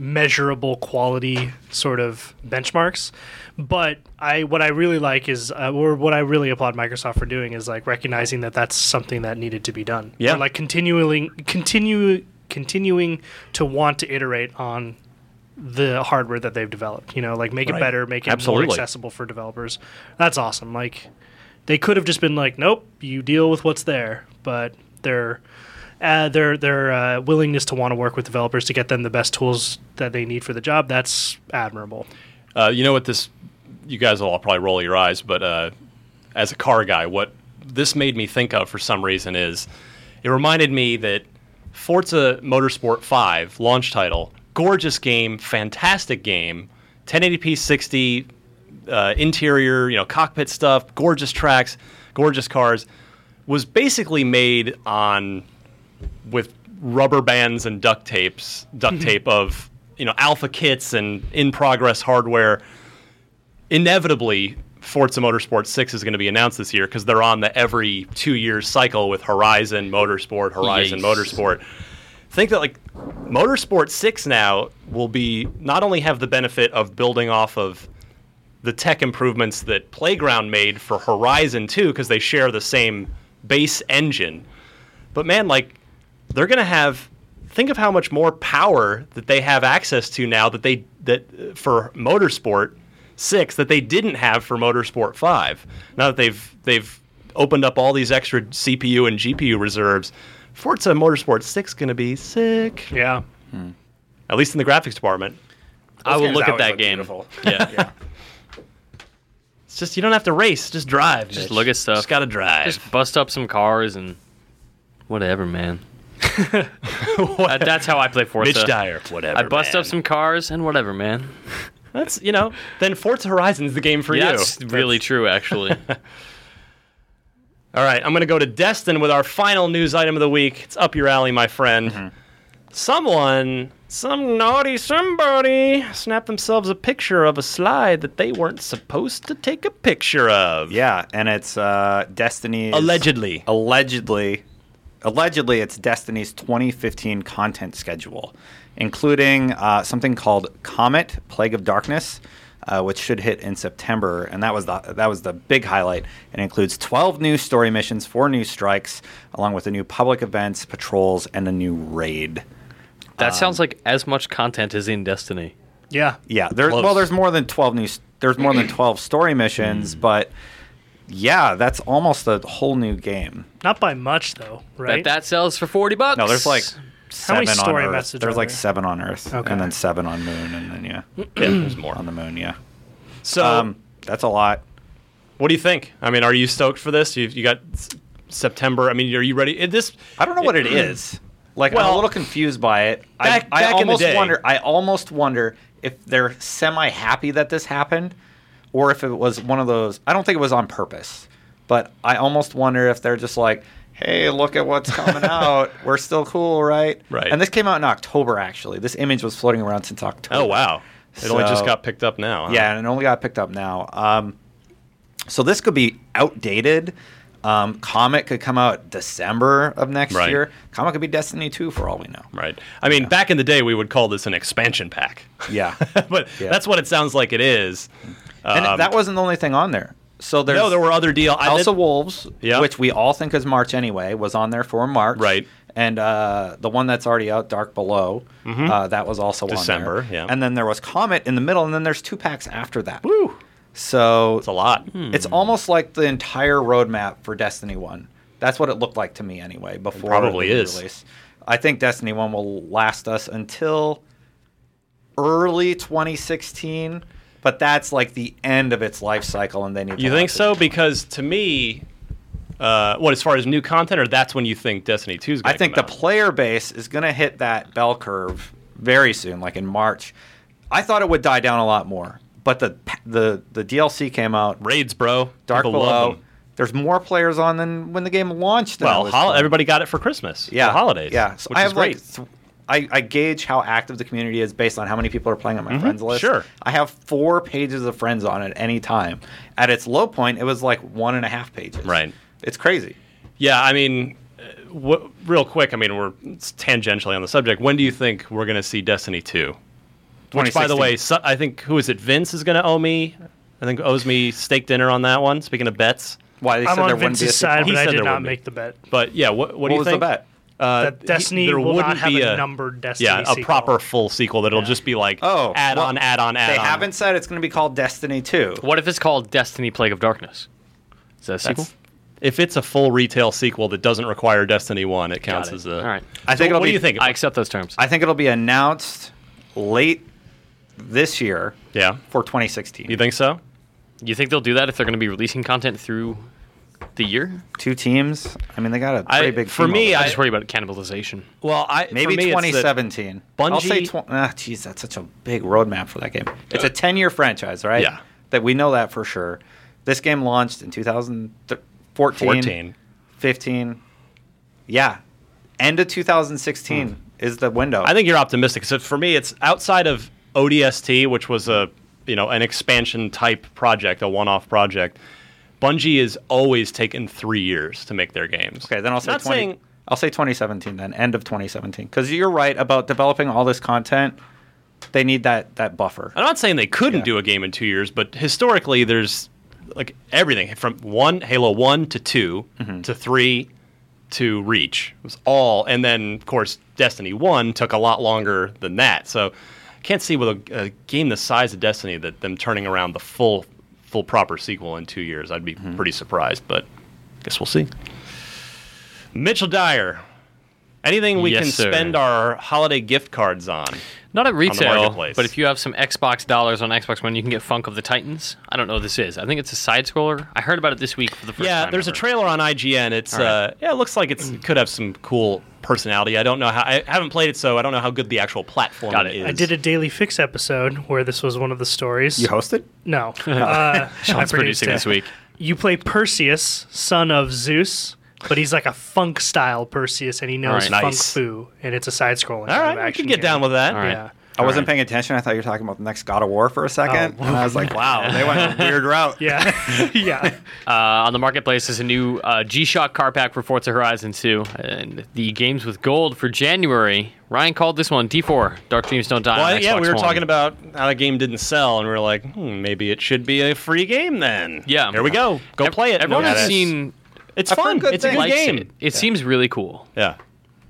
[SPEAKER 7] measurable quality sort of benchmarks but i what i really like is uh, or what i really applaud microsoft for doing is like recognizing that that's something that needed to be done
[SPEAKER 3] Yeah.
[SPEAKER 7] Or, like continuing continue continuing to want to iterate on the hardware that they've developed you know like make
[SPEAKER 3] Right.
[SPEAKER 7] it better make it
[SPEAKER 3] Absolutely.
[SPEAKER 7] more accessible for developers that's awesome like they could have just been like, "Nope, you deal with what's there," but their uh, their their uh, willingness to want to work with developers to get them the best tools that they need for the job that's admirable.
[SPEAKER 3] Uh, you know what this? You guys will all probably roll your eyes, but uh, as a car guy, what this made me think of for some reason is it reminded me that Forza Motorsport 5 launch title, gorgeous game, fantastic game, 1080p 60 uh, interior, you know, cockpit stuff, gorgeous tracks, gorgeous cars, was basically made on with rubber bands and duct tapes, duct tape of you know alpha kits and in progress hardware. Inevitably, Forza Motorsport Six is going to be announced this year because they're on the every two years cycle with Horizon Motorsport, Horizon
[SPEAKER 5] Yes.
[SPEAKER 3] Motorsport. Think that like Motorsport Six now will be not only have the benefit of building off of the tech improvements that Playground made for Horizon 2 because they share the same base engine. But man, like they're going to have think of how much more power that they have access to now that they that uh, for Motorsport 6 that they didn't have for Motorsport 5. Now that they've they've opened up all these extra CPU and GPU reserves, Forza Motorsport 6 going to be sick.
[SPEAKER 7] Yeah.
[SPEAKER 3] At least in the graphics department. I
[SPEAKER 5] Those
[SPEAKER 3] will
[SPEAKER 5] games
[SPEAKER 3] look at
[SPEAKER 5] always
[SPEAKER 3] that
[SPEAKER 5] look
[SPEAKER 3] game.
[SPEAKER 5] beautiful.
[SPEAKER 3] Yeah. It's just you don't have to race. Just drive.
[SPEAKER 5] Just
[SPEAKER 3] Mitch.
[SPEAKER 5] look at stuff. Just
[SPEAKER 3] gotta drive.
[SPEAKER 5] Just bust up some cars and whatever, man. That- that's how I play Forza.
[SPEAKER 3] Mitch Dyer, whatever,
[SPEAKER 5] I bust
[SPEAKER 3] man.
[SPEAKER 5] up some cars and whatever, man.
[SPEAKER 3] That's you know. Then Forza Horizon's the game for
[SPEAKER 5] yeah,
[SPEAKER 3] you.
[SPEAKER 5] That's really true, actually.
[SPEAKER 3] All right, I'm going to go to Destin with our final news item of the week. It's up your alley, my friend.
[SPEAKER 6] Mm-hmm.
[SPEAKER 3] Someone, some naughty somebody, snapped themselves a picture of a slide that they weren't supposed to take a picture of.
[SPEAKER 6] Yeah, and it's uh, Destiny's
[SPEAKER 3] allegedly,
[SPEAKER 6] allegedly, allegedly, it's Destiny's 2015 content schedule, including uh, something called Comet: Plague of Darkness, uh, which should hit in September, and that was the that was the big highlight. It includes 12 new story missions, four new strikes, along with the new public events, patrols, and a new raid.
[SPEAKER 5] that sounds like as much content as in Destiny.
[SPEAKER 7] Yeah.
[SPEAKER 6] Yeah. There,
[SPEAKER 5] Close.
[SPEAKER 6] well, there's more than twelve new. s- There's more than twelve story missions, but yeah, that's almost a whole new game.
[SPEAKER 7] Not by much though, right?
[SPEAKER 5] That, that sells for forty bucks.
[SPEAKER 6] No, there's like
[SPEAKER 7] How
[SPEAKER 6] seven
[SPEAKER 7] many story
[SPEAKER 6] on Earth.
[SPEAKER 7] messages
[SPEAKER 6] There's
[SPEAKER 7] are
[SPEAKER 6] like
[SPEAKER 7] there?
[SPEAKER 6] seven on Earth,
[SPEAKER 7] Okay.
[SPEAKER 6] and then seven on Moon, and then yeah, yeah,
[SPEAKER 3] there's more
[SPEAKER 6] on the Moon. Yeah.
[SPEAKER 3] So
[SPEAKER 7] Oh.
[SPEAKER 6] Um, that's a lot.
[SPEAKER 3] What do you think? I mean, are you stoked for this? You you got s- September. I mean, are you ready? It, this
[SPEAKER 6] I don't know what it is. Like I'm a little confused by it.
[SPEAKER 3] Back-
[SPEAKER 6] I, I
[SPEAKER 3] back in the
[SPEAKER 6] almost
[SPEAKER 3] day.
[SPEAKER 6] wonder. I almost wonder if they're semi happy that this happened, or if it was one of those. I don't think it was on purpose, but I almost wonder if they're just like, "Hey, look at what's coming out. We're still cool, right?"
[SPEAKER 3] Right.
[SPEAKER 6] And this came out in October. Actually, this image was floating around since October.
[SPEAKER 3] Oh wow! It only
[SPEAKER 6] So-
[SPEAKER 3] just got picked up now. huh?
[SPEAKER 6] Yeah, and it only got picked up now. Um, so this could be outdated. Um, Comet could come out December of next
[SPEAKER 3] Right.
[SPEAKER 6] year. Comet could be Destiny 2 for all we know.
[SPEAKER 3] Right. I mean, back in the day, we would call this an expansion pack,
[SPEAKER 6] Yeah.
[SPEAKER 3] but that's what it sounds like it is.
[SPEAKER 6] and
[SPEAKER 3] Um,
[SPEAKER 6] that wasn't the only thing on there. So there's
[SPEAKER 3] no, there were other deal. I
[SPEAKER 6] House
[SPEAKER 3] did-
[SPEAKER 6] of Wolves,
[SPEAKER 3] Yeah.
[SPEAKER 6] which we all think is March anyway, was on there for March. Right. And uh, the one that's already out, Dark Below,
[SPEAKER 3] Mhm.
[SPEAKER 6] uh, that was also on
[SPEAKER 3] December,
[SPEAKER 6] there.
[SPEAKER 3] yeah.
[SPEAKER 6] And then there was Comet in the middle, and then there's two packs after that. Woo! So it's a
[SPEAKER 3] lot.
[SPEAKER 6] Hmm.
[SPEAKER 3] Hmm.
[SPEAKER 6] It's almost like the entire roadmap for Destiny One That's what it looked like to me anyway. Before
[SPEAKER 3] probably
[SPEAKER 6] the
[SPEAKER 3] is.
[SPEAKER 6] release, I think Destiny One will last us until early 2016, but that's like the end of its life cycle, and they need.
[SPEAKER 3] You
[SPEAKER 6] to
[SPEAKER 3] think so? Because to me, uh, what as far as new content, or that's when you think Destiny Two is going
[SPEAKER 6] I think the player base is going to hit that bell curve very soon, like in March. I thought it would die down a lot more, but the the the DLC came out.
[SPEAKER 3] Raids, bro.
[SPEAKER 6] Dark
[SPEAKER 3] People love
[SPEAKER 6] Below.
[SPEAKER 3] them.
[SPEAKER 6] There's more players on than when the game launched. than
[SPEAKER 3] Well,
[SPEAKER 6] was
[SPEAKER 3] hol-
[SPEAKER 6] playing.
[SPEAKER 3] everybody got it for Christmas.
[SPEAKER 6] yeah,
[SPEAKER 3] for holidays.
[SPEAKER 6] Yeah, so
[SPEAKER 3] which
[SPEAKER 6] I
[SPEAKER 3] is
[SPEAKER 6] have
[SPEAKER 3] great.
[SPEAKER 6] like. Th- I, I gauge how active the community is based on how many people are playing on my
[SPEAKER 3] Mhm,
[SPEAKER 6] friends list.
[SPEAKER 3] sure.
[SPEAKER 6] I have four pages of friends on at any time. At its low point, it was like one and a half pages. Right. It's crazy.
[SPEAKER 3] Yeah, I mean, uh, wh- real quick. I mean, we're it's tangentially on the subject. When do you think we're going to see Destiny Two? Which, by the
[SPEAKER 6] 2016.
[SPEAKER 3] way, so, I think who is it? Vince is going to owe me. I think owes me steak dinner on that one. Speaking of bets,
[SPEAKER 6] why
[SPEAKER 7] I'm on Vince's side, but I did not make the bet.
[SPEAKER 3] But yeah, what, what, do you
[SPEAKER 7] What was the
[SPEAKER 3] think?
[SPEAKER 7] bet?
[SPEAKER 3] Uh,
[SPEAKER 7] That
[SPEAKER 3] he-
[SPEAKER 7] Destiny
[SPEAKER 3] there
[SPEAKER 7] will
[SPEAKER 3] wouldn't
[SPEAKER 7] not have
[SPEAKER 3] be
[SPEAKER 7] a numbered Destiny
[SPEAKER 3] Yeah, a
[SPEAKER 7] sequel.
[SPEAKER 3] proper full sequel that'll just be like
[SPEAKER 6] Oh,
[SPEAKER 3] add
[SPEAKER 6] well,
[SPEAKER 3] on, add on, add
[SPEAKER 6] they
[SPEAKER 3] on.
[SPEAKER 6] haven't said it's going to be called Destiny 2.
[SPEAKER 5] What if it's called Destiny Plague of Darkness? Is that a
[SPEAKER 3] That's-
[SPEAKER 5] sequel?
[SPEAKER 3] If it's a full retail sequel that doesn't require Destiny One, it counts
[SPEAKER 5] Got it.
[SPEAKER 3] as a.
[SPEAKER 5] All right.
[SPEAKER 6] I think it'll
[SPEAKER 3] what
[SPEAKER 6] be-
[SPEAKER 3] do you think?
[SPEAKER 5] I accept those terms.
[SPEAKER 6] I think it'll be announced late this year.
[SPEAKER 3] Yeah.
[SPEAKER 6] For 2016.
[SPEAKER 3] You think so?
[SPEAKER 5] You think they'll do that if they're going to be releasing content through the year?
[SPEAKER 6] Two teams. I mean, they got a
[SPEAKER 5] I-
[SPEAKER 6] pretty big.
[SPEAKER 5] for
[SPEAKER 6] team
[SPEAKER 5] me,
[SPEAKER 6] over there.
[SPEAKER 5] I just worry about cannibalization.
[SPEAKER 3] Well, I
[SPEAKER 6] maybe 2017. I'll say
[SPEAKER 3] Bungie-
[SPEAKER 6] tw- ah, geez, that's such a big roadmap for that game. It's a 10 year franchise, right?
[SPEAKER 3] Yeah.
[SPEAKER 6] That we know that for sure. This game launched in 2014,
[SPEAKER 3] 14.
[SPEAKER 6] 15. Yeah, end of 2016 is the window.
[SPEAKER 3] Hmm. I think you're optimistic. So for me, it's outside of ODST, which was a you know an expansion type project, a one-off project. Bungie is always taken three years to make their games. Okay,
[SPEAKER 6] then I'll say
[SPEAKER 3] not
[SPEAKER 6] 20
[SPEAKER 3] saying
[SPEAKER 6] I'll say 2017 then, end of 2017, because you're right about developing all this content. They need that that buffer.
[SPEAKER 3] I'm not saying they couldn't do a game in two years, but historically, there's like everything from one Halo one to 2
[SPEAKER 5] Mm-hmm.
[SPEAKER 3] to three to Reach It was all, and then of course Destiny one took a lot longer than that. So can't see with a, a game the size of Destiny that them turning around the full full proper sequel in two years. I'd be
[SPEAKER 5] Mm-hmm.
[SPEAKER 3] pretty surprised, but guess we'll see. Mitchell Dyer. Anything we
[SPEAKER 5] Yes,
[SPEAKER 3] can
[SPEAKER 5] sir.
[SPEAKER 3] spend our holiday gift cards on?
[SPEAKER 5] Not at retail,
[SPEAKER 3] marketplace.
[SPEAKER 5] but if you have some Xbox dollars on Xbox One, you can get Funk of the Titans. I don't know what this is. I think it's a side scroller. I heard about it this week for the first
[SPEAKER 3] yeah,
[SPEAKER 5] time.
[SPEAKER 3] there's a trailer on IGN. It's
[SPEAKER 5] All right.
[SPEAKER 3] uh, yeah, it looks like it's could have some cool personality. I don't know how I haven't played it, so I don't know how good the actual platform
[SPEAKER 5] Got
[SPEAKER 3] is.
[SPEAKER 7] I did a daily fix episode where this was one of the stories.
[SPEAKER 3] You hosted?
[SPEAKER 7] No, uh, I
[SPEAKER 5] Sean's
[SPEAKER 7] produced
[SPEAKER 5] producing
[SPEAKER 7] it.
[SPEAKER 5] this week.
[SPEAKER 7] You play Perseus, son of Zeus, but he's like a funk style Perseus, and he knows
[SPEAKER 3] All right.
[SPEAKER 7] funk
[SPEAKER 3] Nice.
[SPEAKER 7] foo, and it's a side scrolling.
[SPEAKER 3] All right, I can get down with that.
[SPEAKER 7] Yeah.
[SPEAKER 6] I wasn't paying attention. I thought you were talking about the next God of War for a second,
[SPEAKER 3] Oh,
[SPEAKER 6] and I was like, "Wow, they went a weird route."
[SPEAKER 7] Yeah, yeah.
[SPEAKER 5] Uh, on the marketplace is a new uh, G-Shock car pack for Forza Horizon 2, and the games with gold for January. Ryan called this one D4. Dark Dreams Don't Die.
[SPEAKER 3] Well,
[SPEAKER 5] on
[SPEAKER 3] yeah,
[SPEAKER 5] Xbox
[SPEAKER 3] we were
[SPEAKER 5] One.
[SPEAKER 3] talking about how the game didn't sell, and we were like, hmm, maybe it should be a free game then. Yeah, here we go. Go play it.
[SPEAKER 5] Everyone
[SPEAKER 3] No
[SPEAKER 5] has
[SPEAKER 3] bad.
[SPEAKER 5] seen.
[SPEAKER 3] It's fun. It's a good
[SPEAKER 5] Likes
[SPEAKER 3] game.
[SPEAKER 5] It, It seems really cool.
[SPEAKER 3] Yeah,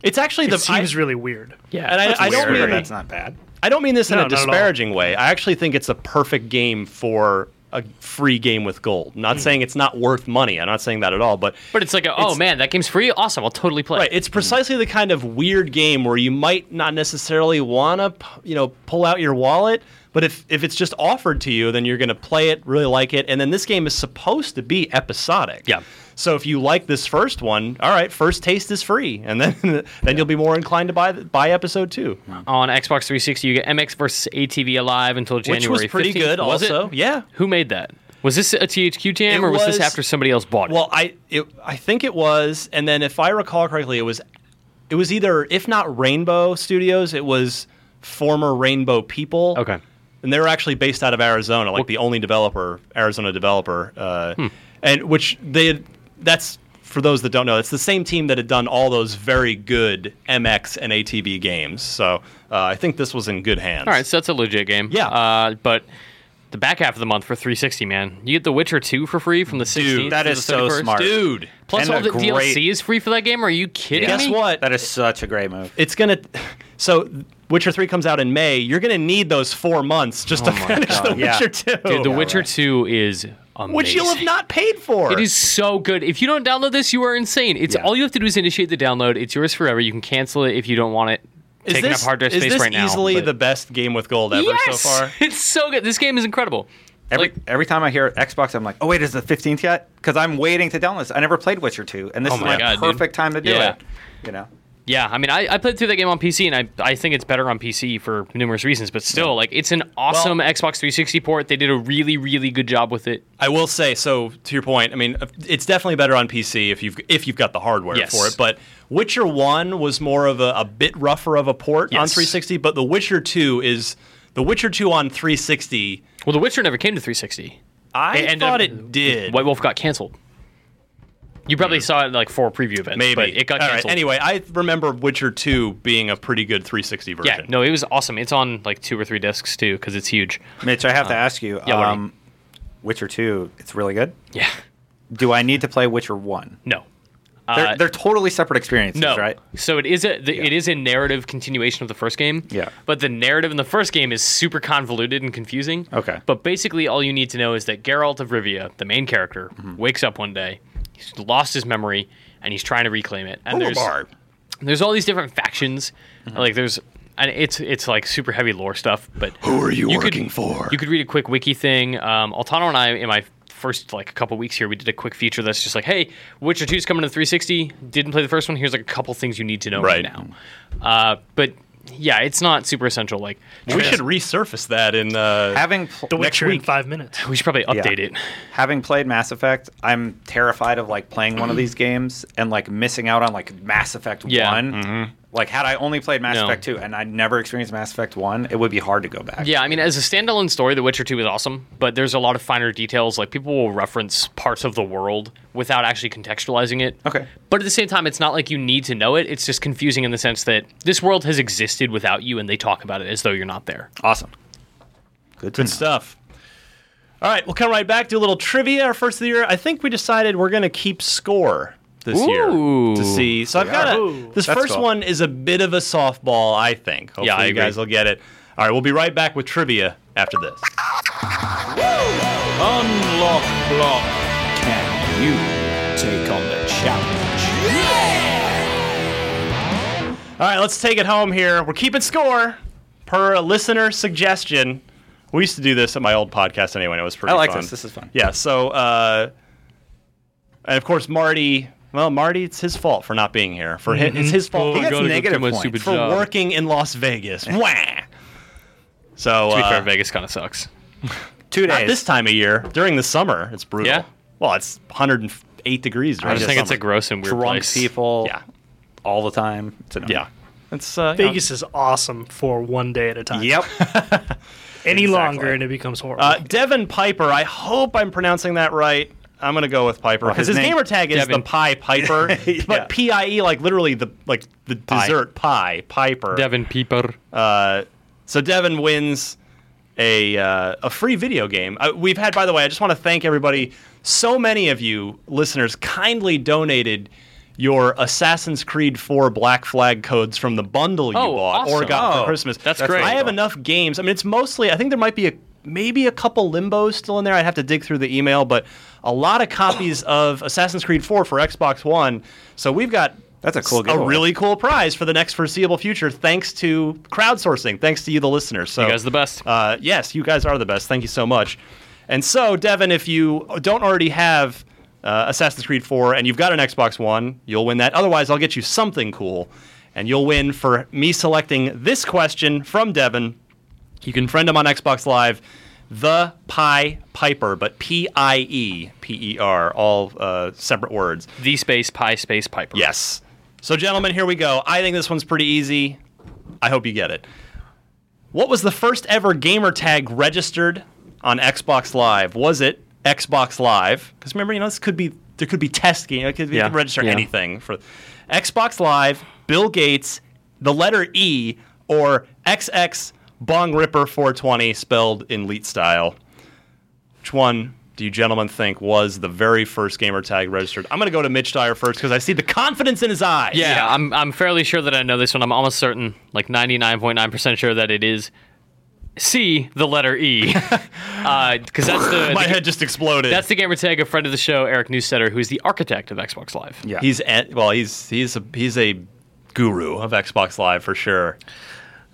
[SPEAKER 3] it's actually
[SPEAKER 7] It
[SPEAKER 3] the
[SPEAKER 7] seems
[SPEAKER 3] I,
[SPEAKER 7] really weird.
[SPEAKER 5] Yeah,
[SPEAKER 3] and I, I don't mean
[SPEAKER 6] bad.
[SPEAKER 3] I don't mean this in
[SPEAKER 7] No,
[SPEAKER 3] a
[SPEAKER 7] not at all.
[SPEAKER 3] disparaging way. I actually think it's a perfect game for a free game with gold. Not
[SPEAKER 7] Hmm.
[SPEAKER 3] saying it's not worth money. I'm not saying that at all, but
[SPEAKER 5] But it's like, a, oh
[SPEAKER 3] It's-
[SPEAKER 5] man, that game's free. Awesome, I'll totally play.
[SPEAKER 3] Right,
[SPEAKER 7] Hmm.
[SPEAKER 3] it's precisely the kind of weird game where you might not necessarily want to, you know, pull out your wallet, but if if it's just offered to you, then you're going to play it, really like it, and then this game is supposed to be episodic. Yeah. So if you like this first one, all right, first taste is free, and then then you'll be more inclined to buy the, buy episode 2.
[SPEAKER 5] On Xbox 360, you get MX versus ATV Alive until
[SPEAKER 3] was
[SPEAKER 5] January.
[SPEAKER 3] pretty
[SPEAKER 5] 15th.
[SPEAKER 3] good
[SPEAKER 5] Was it?
[SPEAKER 3] also. Yeah.
[SPEAKER 5] Who made that? Was this a THQ jam,
[SPEAKER 3] It
[SPEAKER 5] or was,
[SPEAKER 3] was-
[SPEAKER 5] this after somebody else bought it?
[SPEAKER 3] Well, I it, I think it was, and then if I recall correctly, it was it was either if not Rainbow Studios, it was former Rainbow people. Okay, and they were actually based out of Arizona, like the only developer, Arizona developer, uh, and which they had, that's for those that don't know, it's the same team that had done all those very good MX and ATV games. So uh, I think this was in good hands.
[SPEAKER 5] All right, so that's a legit game. Yeah. Uh, but the back half of the month for 360, man, you get The Witcher 2 for free from the 16th.
[SPEAKER 6] that
[SPEAKER 5] to
[SPEAKER 6] is
[SPEAKER 5] the
[SPEAKER 6] so
[SPEAKER 5] 31st.
[SPEAKER 6] smart. Dude.
[SPEAKER 5] Plus
[SPEAKER 6] And
[SPEAKER 5] all
[SPEAKER 6] a
[SPEAKER 5] the
[SPEAKER 6] great-
[SPEAKER 5] DLC is free for that game. Are you kidding
[SPEAKER 3] Guess
[SPEAKER 5] me?
[SPEAKER 3] what?
[SPEAKER 6] That is uh, such a great move.
[SPEAKER 3] It's gonna. So Witcher Three comes out in May. You're gonna need those four months just to finish The Witcher Two.
[SPEAKER 5] Dude, The Witcher 2 is
[SPEAKER 3] which you'll have not paid for.
[SPEAKER 5] It is so good. If you don't download this, you are insane. It's all you have to do is initiate the download. It's yours forever. You can cancel it if you don't want it
[SPEAKER 3] Is
[SPEAKER 5] taking
[SPEAKER 3] this-
[SPEAKER 5] up hard drive
[SPEAKER 3] is
[SPEAKER 5] space
[SPEAKER 3] this
[SPEAKER 5] right now.
[SPEAKER 3] easily
[SPEAKER 5] but-
[SPEAKER 3] the best game with gold ever so
[SPEAKER 5] yes!
[SPEAKER 3] far?
[SPEAKER 5] It's so good. This game is incredible.
[SPEAKER 6] Every every time I hear Xbox, I'm like, oh wait, is the 15th yet? Because I'm waiting to download this. I never played Witcher 2, and this
[SPEAKER 5] Oh
[SPEAKER 6] is
[SPEAKER 5] my
[SPEAKER 6] my
[SPEAKER 5] God, dude.
[SPEAKER 6] perfect time to do
[SPEAKER 5] Yeah.
[SPEAKER 6] it. You know,
[SPEAKER 5] Yeah, I mean, I, I played through that game on PC, and I, I think it's better on PC for numerous reasons, but still, like, it's an awesome Xbox 360 port. They did a really, really good job with it.
[SPEAKER 3] I will say so. To your point, I mean, uh, it's definitely better on PC if you've if you've got the hardware
[SPEAKER 5] Yes.
[SPEAKER 3] for it. But Witcher One was more of a, a bit rougher of a port on
[SPEAKER 5] Yes.
[SPEAKER 3] 360. But The Witcher Two is The Witcher Two on 360.
[SPEAKER 5] Well, The Witcher never came to 360.
[SPEAKER 3] I
[SPEAKER 5] ended
[SPEAKER 3] thought
[SPEAKER 5] up-
[SPEAKER 3] it did.
[SPEAKER 5] White Wolf got canceled. You probably saw it like for a preview event,
[SPEAKER 3] Maybe
[SPEAKER 5] but it got
[SPEAKER 3] All right,
[SPEAKER 5] canceled.
[SPEAKER 3] Anyway, I remember Witcher Two being a pretty good 360 version.
[SPEAKER 5] yeah, no, it was awesome. It's on like two or three discs too because it's huge.
[SPEAKER 6] Mitch, I have to
[SPEAKER 5] Uh,
[SPEAKER 6] ask you,
[SPEAKER 5] yeah, what do you
[SPEAKER 6] um, Witcher 2, it's really good.
[SPEAKER 5] Yeah.
[SPEAKER 6] Do I need to play Witcher 1?
[SPEAKER 5] No.
[SPEAKER 6] they're,
[SPEAKER 5] Uh,
[SPEAKER 6] they're totally separate experiences,
[SPEAKER 5] no,
[SPEAKER 6] right?
[SPEAKER 5] So it is a the, it is a narrative continuation of the first game.
[SPEAKER 6] Yeah.
[SPEAKER 5] But the narrative in the first game is super convoluted and confusing.
[SPEAKER 6] Okay.
[SPEAKER 5] But basically, all you need to know is that Geralt of Rivia, the main character,
[SPEAKER 1] Mm-hmm.
[SPEAKER 5] wakes up one day, he's lost his memory, and he's trying to reclaim it. And
[SPEAKER 3] Hulabarb.
[SPEAKER 5] there's there's all these different factions.
[SPEAKER 1] Mm-hmm.
[SPEAKER 5] Like there's and it's it's like super heavy lore stuff. But
[SPEAKER 1] Who are you,
[SPEAKER 5] could-
[SPEAKER 1] working for?
[SPEAKER 5] you could read a quick wiki thing. Um, Altano and I, in my first like a couple weeks here, we did a quick feature that's just like, hey, Witcher 2's coming to 360. Didn't play the first one. Here's like a couple things you need to know right,
[SPEAKER 3] Right.
[SPEAKER 5] now. Uh, but yeah, it's not super essential. Like
[SPEAKER 3] We should resurface that in uh,
[SPEAKER 6] Having pl-
[SPEAKER 7] The
[SPEAKER 3] next
[SPEAKER 7] Witcher in
[SPEAKER 3] week.
[SPEAKER 7] five minutes.
[SPEAKER 5] we should probably update it.
[SPEAKER 6] Having played Mass Effect, I'm terrified of like playing one of these games and like missing out on like Mass Effect
[SPEAKER 5] Yeah. Mm-hmm.
[SPEAKER 6] 1. Like had I only played Mass
[SPEAKER 5] No.
[SPEAKER 6] Effect 2 and I never experienced Mass Effect 1, it would be hard to go back.
[SPEAKER 5] Yeah, I mean, as a standalone story, The Witcher 2 is awesome, but there's a lot of finer details. Like, people will reference parts of the world without actually contextualizing it.
[SPEAKER 6] Okay.
[SPEAKER 5] But at the same time, it's not like you need to know it. It's just confusing in the sense that this world has existed without you, and they talk about it as though you're not there.
[SPEAKER 6] Awesome. Good,
[SPEAKER 3] Good stuff. All right, we'll come right back. Do a little trivia. Our first of the year. I think we decided we're going to keep score this year to see. So I've got a,
[SPEAKER 5] Ooh.
[SPEAKER 3] this
[SPEAKER 5] That's
[SPEAKER 3] first
[SPEAKER 5] cool.
[SPEAKER 3] one is a bit of a softball. I think. Hopefully
[SPEAKER 5] Yeah, I
[SPEAKER 3] you guys
[SPEAKER 5] agree.
[SPEAKER 3] will get it. All right, we'll be right back with trivia after this.
[SPEAKER 11] Unlock block. Can you take on the challenge?
[SPEAKER 3] All right, let's take it home here. We're keeping score per a listener suggestion. We used to do this at my old podcast anyway, and it was pretty
[SPEAKER 6] I like
[SPEAKER 3] fun.
[SPEAKER 6] this. This is fun.
[SPEAKER 3] Yeah, so, uh, and of course, Marty, well, Marty, it's his fault for not being here. For him, It's his fault
[SPEAKER 6] He gets negative points.
[SPEAKER 3] for working in Las Vegas. Wah! So,
[SPEAKER 5] To be
[SPEAKER 3] uh,
[SPEAKER 5] fair, Vegas kind of sucks.
[SPEAKER 6] Two
[SPEAKER 3] not
[SPEAKER 6] days.
[SPEAKER 3] this time of year, during the summer, it's brutal.
[SPEAKER 5] Yeah?
[SPEAKER 3] Well, it's 108 degrees during
[SPEAKER 5] I just
[SPEAKER 3] the
[SPEAKER 5] think it's
[SPEAKER 3] summer.
[SPEAKER 5] a gross and weird
[SPEAKER 6] drunk
[SPEAKER 5] place.
[SPEAKER 6] people
[SPEAKER 3] Yeah.
[SPEAKER 6] all the time. It's annoying.
[SPEAKER 3] Yeah. It's, uh, you know,
[SPEAKER 7] Vegas is awesome for one day at a time.
[SPEAKER 6] Yep.
[SPEAKER 7] Any longer and it becomes horrible.
[SPEAKER 3] Uh, Devin Piper. I hope I'm pronouncing that right. I'm gonna go with Piper
[SPEAKER 6] Well,
[SPEAKER 3] because
[SPEAKER 6] his
[SPEAKER 3] his,
[SPEAKER 6] name-
[SPEAKER 3] gamer tag is
[SPEAKER 5] Devin.
[SPEAKER 3] the Pie Piper, but P I E like literally the like the dessert pie Piper.
[SPEAKER 5] Devin Pieper.
[SPEAKER 3] Uh, so Devin wins a uh, a free video game. Uh, we've had, by the way, I just want to thank everybody. So many of you listeners kindly donated your Assassin's Creed 4 Black Flag codes from the bundle you
[SPEAKER 5] Oh,
[SPEAKER 3] bought or
[SPEAKER 5] awesome.
[SPEAKER 3] got
[SPEAKER 6] Oh,
[SPEAKER 3] for Christmas.
[SPEAKER 5] that's That's great.
[SPEAKER 3] I have
[SPEAKER 5] awesome.
[SPEAKER 3] enough games. I mean, it's mostly. I think there might be a maybe a couple Limbo still in there. I'd have to dig through the email, but a lot of copies of Assassin's Creed 4 for Xbox One. So we've got
[SPEAKER 6] That's a cool
[SPEAKER 3] a
[SPEAKER 6] giveaway.
[SPEAKER 3] really cool prize for the next foreseeable future, thanks to crowdsourcing, thanks to you, the listeners. So
[SPEAKER 5] You guys are the best.
[SPEAKER 3] Uh, yes, you guys are the best. Thank you so much. And so, Devin, if you don't already have uh, Assassin's Creed 4 and you've got an Xbox One, you'll win that. Otherwise, I'll get you something cool, and you'll win for me selecting this question from Devin. You can friend him on Xbox Live, the Pie Piper, but P I E P E R, all uh, separate words.
[SPEAKER 5] The space pie space Piper.
[SPEAKER 3] Yes. So, gentlemen, here we go. I think this one's pretty easy. I hope you get it. What was the first ever gamer tag registered on Xbox Live? Was it Xbox Live? Because remember, you know, this could be there could be test game. It could be
[SPEAKER 5] Yeah,
[SPEAKER 3] you could register
[SPEAKER 5] yeah.
[SPEAKER 3] anything for Xbox Live, Bill Gates, the letter E, or XX Bong Ripper 420 spelled in Leet style. Which one do you gentlemen think was the very first gamer tag registered? I'm going to go to Mitch Dyer first because I see the confidence in his eyes.
[SPEAKER 5] Yeah, I'm I'm fairly sure that I know this one. I'm almost certain, like 99.9% sure that it is C, the letter E, because that's the
[SPEAKER 3] My
[SPEAKER 5] the-
[SPEAKER 3] head just exploded.
[SPEAKER 5] That's the gamer tag of friend of the show Eric Newsetter, who's the architect of Xbox Live.
[SPEAKER 3] Yeah. He's at, well, he's he's a he's a guru of Xbox Live for sure.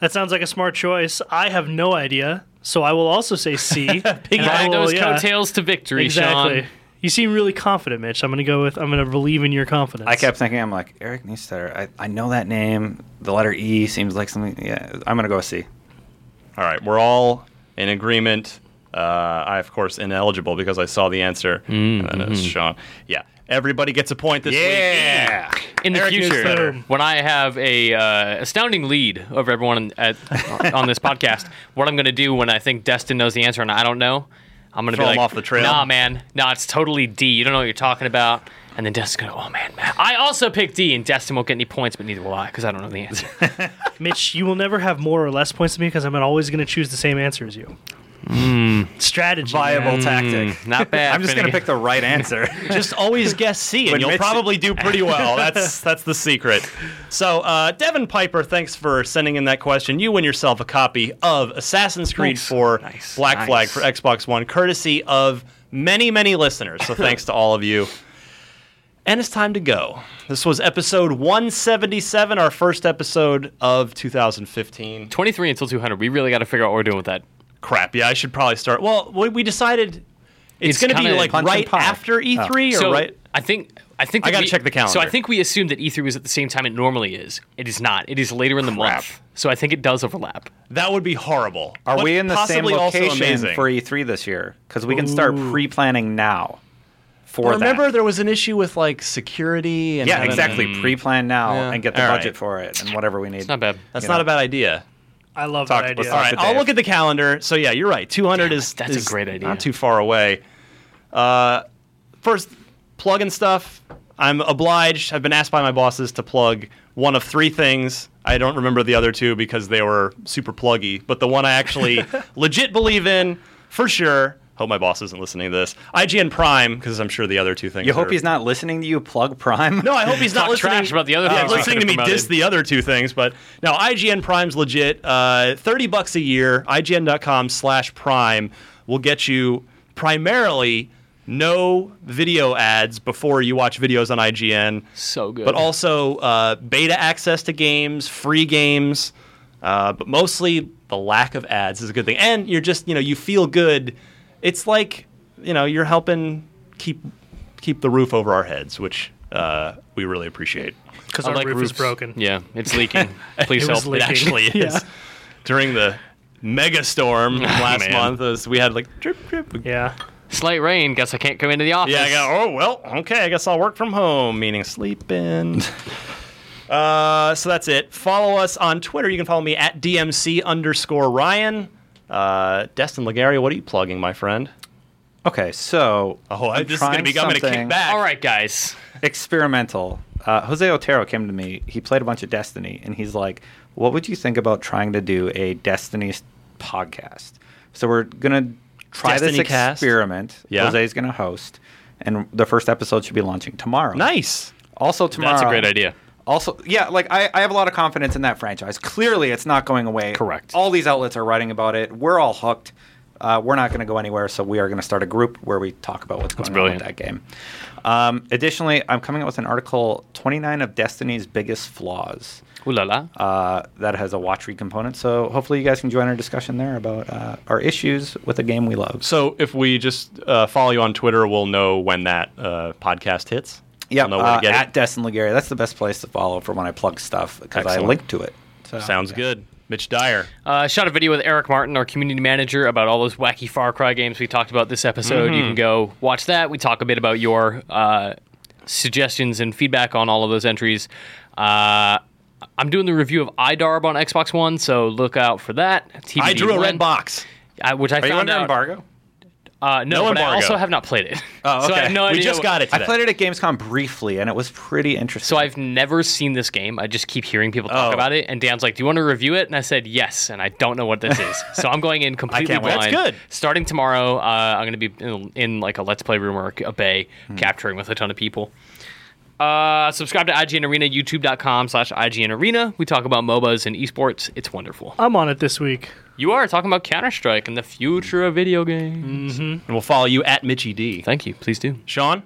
[SPEAKER 7] That sounds like a smart choice. I have no idea, so I will also say C. and I
[SPEAKER 5] Ride
[SPEAKER 7] will-
[SPEAKER 3] Oh,
[SPEAKER 5] those
[SPEAKER 7] yeah.
[SPEAKER 5] coattails to victory,
[SPEAKER 7] exactly.
[SPEAKER 5] Sean.
[SPEAKER 7] You seem really confident, Mitch. I'm going to go with. I'm going to believe in your confidence.
[SPEAKER 6] I kept thinking, I'm like Eric Neestetter. I, I know that name. The letter E seems like something. Yeah, I'm gonna go with C.
[SPEAKER 3] All right, we're all in agreement. Uh, I of course ineligible because I saw the answer, and then it's
[SPEAKER 5] mhm.
[SPEAKER 3] Sean. Yeah, everybody gets a point this week. mm-hmm. Yeah,
[SPEAKER 5] In the
[SPEAKER 3] Eric
[SPEAKER 5] future,
[SPEAKER 3] Newstetter.
[SPEAKER 5] when I have a uh, astounding lead over everyone at, on this podcast, what I'm going to do when I think Destin knows the answer and I don't know, I'm going to be
[SPEAKER 3] Throw him
[SPEAKER 5] like,
[SPEAKER 3] off the trail.
[SPEAKER 5] Nah, man, nah, it's totally D. You don't know what you're talking about. And then Destin's going, to, oh man, man, I also picked D, and Destin won't get any points, but neither will I because I don't know the answer.
[SPEAKER 7] Mitch, you will never have more or less points than me because I'm always going to choose the same answer as you.
[SPEAKER 3] Hmm.
[SPEAKER 7] Strategy,
[SPEAKER 6] Viable
[SPEAKER 7] man.
[SPEAKER 6] tactic. I'm just gonna pick the right answer.
[SPEAKER 3] Just always guess C,
[SPEAKER 6] When
[SPEAKER 3] and you'll
[SPEAKER 6] Mitch-
[SPEAKER 3] probably do pretty well. That's that's the secret. So, uh, Devin Piper, thanks for sending in that question. You win yourself a copy of Assassin's Creed 4 Black
[SPEAKER 4] Nice.
[SPEAKER 3] Flag for Xbox One, courtesy of many, many listeners. So, thanks to all of you. And it's time to go. This was episode 177, our first episode of 2015.
[SPEAKER 5] 23 until 200. We really got to figure out what we're doing with that.
[SPEAKER 3] Crap. Yeah, I should probably start. Well, we we decided it's, going to be
[SPEAKER 5] kinda-
[SPEAKER 3] like right after E3 or
[SPEAKER 5] Oh. So,
[SPEAKER 3] right.
[SPEAKER 5] I think. I think
[SPEAKER 3] I
[SPEAKER 5] that
[SPEAKER 3] gotta
[SPEAKER 5] we-
[SPEAKER 3] check the
[SPEAKER 5] So I
[SPEAKER 3] calendar.
[SPEAKER 5] think we assumed that E3 was at the same time it normally is. It is not. It is later in the month. So I think it does overlap.
[SPEAKER 3] That would be horrible.
[SPEAKER 6] Are
[SPEAKER 3] But
[SPEAKER 6] we in the same
[SPEAKER 3] possibly also
[SPEAKER 6] location
[SPEAKER 3] amazing.
[SPEAKER 6] for E3 this year? Because we can start
[SPEAKER 3] Ooh.
[SPEAKER 6] pre-planning now. For that.
[SPEAKER 3] Remember, there was an issue with like security and
[SPEAKER 6] yeah,
[SPEAKER 3] having-
[SPEAKER 6] exactly. Pre-plan now
[SPEAKER 3] Yeah.
[SPEAKER 6] and get the
[SPEAKER 3] All right.
[SPEAKER 6] budget for it and whatever we need. It's
[SPEAKER 5] not bad.
[SPEAKER 3] That's
[SPEAKER 6] You
[SPEAKER 3] not
[SPEAKER 6] know.
[SPEAKER 3] a bad idea.
[SPEAKER 7] I love
[SPEAKER 6] Talk-
[SPEAKER 7] that idea.
[SPEAKER 6] let's
[SPEAKER 3] All right, I'll look at the calendar. So yeah, you're right. 200 is
[SPEAKER 5] that's a
[SPEAKER 3] is
[SPEAKER 5] great idea.
[SPEAKER 3] Not too far away. Uh, first, plug and stuff. I'm obliged. I've been asked by my bosses to plug one of three things. I don't remember the other two because they were super pluggy, but the one I actually legit believe in for sure. Hope my boss isn't listening to this. IGN Prime, because I'm sure the other two things.
[SPEAKER 6] You hope
[SPEAKER 3] are-
[SPEAKER 6] he's not listening to you plug Prime.
[SPEAKER 3] No, I hope he's not listening. yeah, listening to me diss the other two things. But now IGN Prime's legit. Uh, Thirty bucks a year. IGN.com/slash/prime will get you primarily no video ads before you watch videos on IGN.
[SPEAKER 5] So good.
[SPEAKER 3] But also uh, beta access to games, free games, uh, but mostly the lack of ads is a good thing. And you're just, you know, you feel good. It's like, you know, you're helping keep keep the roof over our heads, which uh, we really appreciate.
[SPEAKER 7] 'Cause I our like roof is roofs. broken.
[SPEAKER 5] Yeah, it's leaking. Please
[SPEAKER 3] It
[SPEAKER 5] help.
[SPEAKER 3] was leaking. It actually is.
[SPEAKER 7] Yeah.
[SPEAKER 3] During the mega storm last
[SPEAKER 5] Man.
[SPEAKER 3] month, as we had like drip drip.
[SPEAKER 7] Yeah.
[SPEAKER 5] Slight rain. Guess I can't come into the office.
[SPEAKER 3] Yeah, I got. Oh well, okay. I guess I'll work from home, meaning sleeping. uh, so that's it. Follow us on Twitter. You can follow me at DMC underscore Ryan. Uh, Destin Legaria, what are you plugging, my friend?
[SPEAKER 6] Okay, so
[SPEAKER 3] oh,
[SPEAKER 6] I'm
[SPEAKER 3] this is gonna
[SPEAKER 6] trying
[SPEAKER 3] be. I'm gonna kick
[SPEAKER 6] something
[SPEAKER 3] back.
[SPEAKER 5] All right, guys.
[SPEAKER 6] experimental. Uh, Jose Otero came to me. He played a bunch of Destiny, and he's like, "What would you think about trying to do a Destiny s- podcast?" So we're gonna try
[SPEAKER 3] Destiny
[SPEAKER 6] this
[SPEAKER 3] cast?
[SPEAKER 6] experiment.
[SPEAKER 3] Yeah.
[SPEAKER 6] Jose's gonna host, and the first episode should be launching tomorrow.
[SPEAKER 3] Nice.
[SPEAKER 6] Also tomorrow.
[SPEAKER 5] That's a great idea.
[SPEAKER 6] Also, yeah, like I, I have a lot of confidence in that franchise. Clearly, it's not going away. Correct. All these outlets are writing about it. We're all hooked. Uh, we're not going to go anywhere, so we are going to start a group where we talk about what's going
[SPEAKER 5] brilliant.
[SPEAKER 6] on with that game. Um, additionally, I'm coming up with an article 29 of Destiny's biggest flaws.
[SPEAKER 5] Ooh la la.
[SPEAKER 6] Uh, that has a watch read component, so hopefully you guys can join our discussion there about uh, our issues with a game we love.
[SPEAKER 3] So if we just uh, follow you on Twitter, we'll know when that uh, podcast hits.
[SPEAKER 6] Yeah,
[SPEAKER 3] We'll know where to
[SPEAKER 6] uh,
[SPEAKER 3] get it.
[SPEAKER 6] at Destin Legaria. That's the best place to follow for when I plug stuff because I
[SPEAKER 3] Excellent.
[SPEAKER 6] link to it. So,
[SPEAKER 3] Sounds good. Mitch Dyer.
[SPEAKER 5] Uh, shot a video with Eric Martin, our community manager, about all those wacky Far Cry games we talked about this episode. You
[SPEAKER 3] Mhm.
[SPEAKER 5] can go watch that. We talk a bit about your uh, suggestions and feedback on all of those entries. Uh, I'm doing the review of iDarb on Xbox One, so look out for that.
[SPEAKER 3] I drew a red
[SPEAKER 5] box, uh, which I
[SPEAKER 3] Are you
[SPEAKER 5] found
[SPEAKER 3] under
[SPEAKER 5] out.
[SPEAKER 6] embargo?
[SPEAKER 5] Uh,
[SPEAKER 3] No
[SPEAKER 5] no, but I
[SPEAKER 3] embargo.
[SPEAKER 5] also have not played it.
[SPEAKER 6] Oh,
[SPEAKER 5] So I
[SPEAKER 6] okay.
[SPEAKER 5] have no
[SPEAKER 6] we
[SPEAKER 5] idea
[SPEAKER 6] just
[SPEAKER 5] what-
[SPEAKER 6] got it. I played it at Gamescom briefly, and it was pretty interesting.
[SPEAKER 5] So I've never seen this game. I just keep hearing people
[SPEAKER 3] Oh.
[SPEAKER 5] talk about it. And Dan's like, "Do you want to review it?" And I said, "Yes." And I don't know what this is, so I'm going in completely
[SPEAKER 3] can't wait.
[SPEAKER 5] blind.
[SPEAKER 3] That's good.
[SPEAKER 5] Starting tomorrow, uh, I'm going to be in, in like a Let's Play room or a bay,
[SPEAKER 3] Hmm.
[SPEAKER 5] capturing with a ton of people. Uh, subscribe to IGN Arena, YouTube.com/slash IGN Arena. We talk about MOBAs and esports. It's wonderful.
[SPEAKER 7] I'm on it this week.
[SPEAKER 5] You are talking about Counter Strike and the future of video games. Mm-hmm.
[SPEAKER 3] And we'll follow you at Mitchy D.
[SPEAKER 5] Thank you. Please do.
[SPEAKER 3] Sean?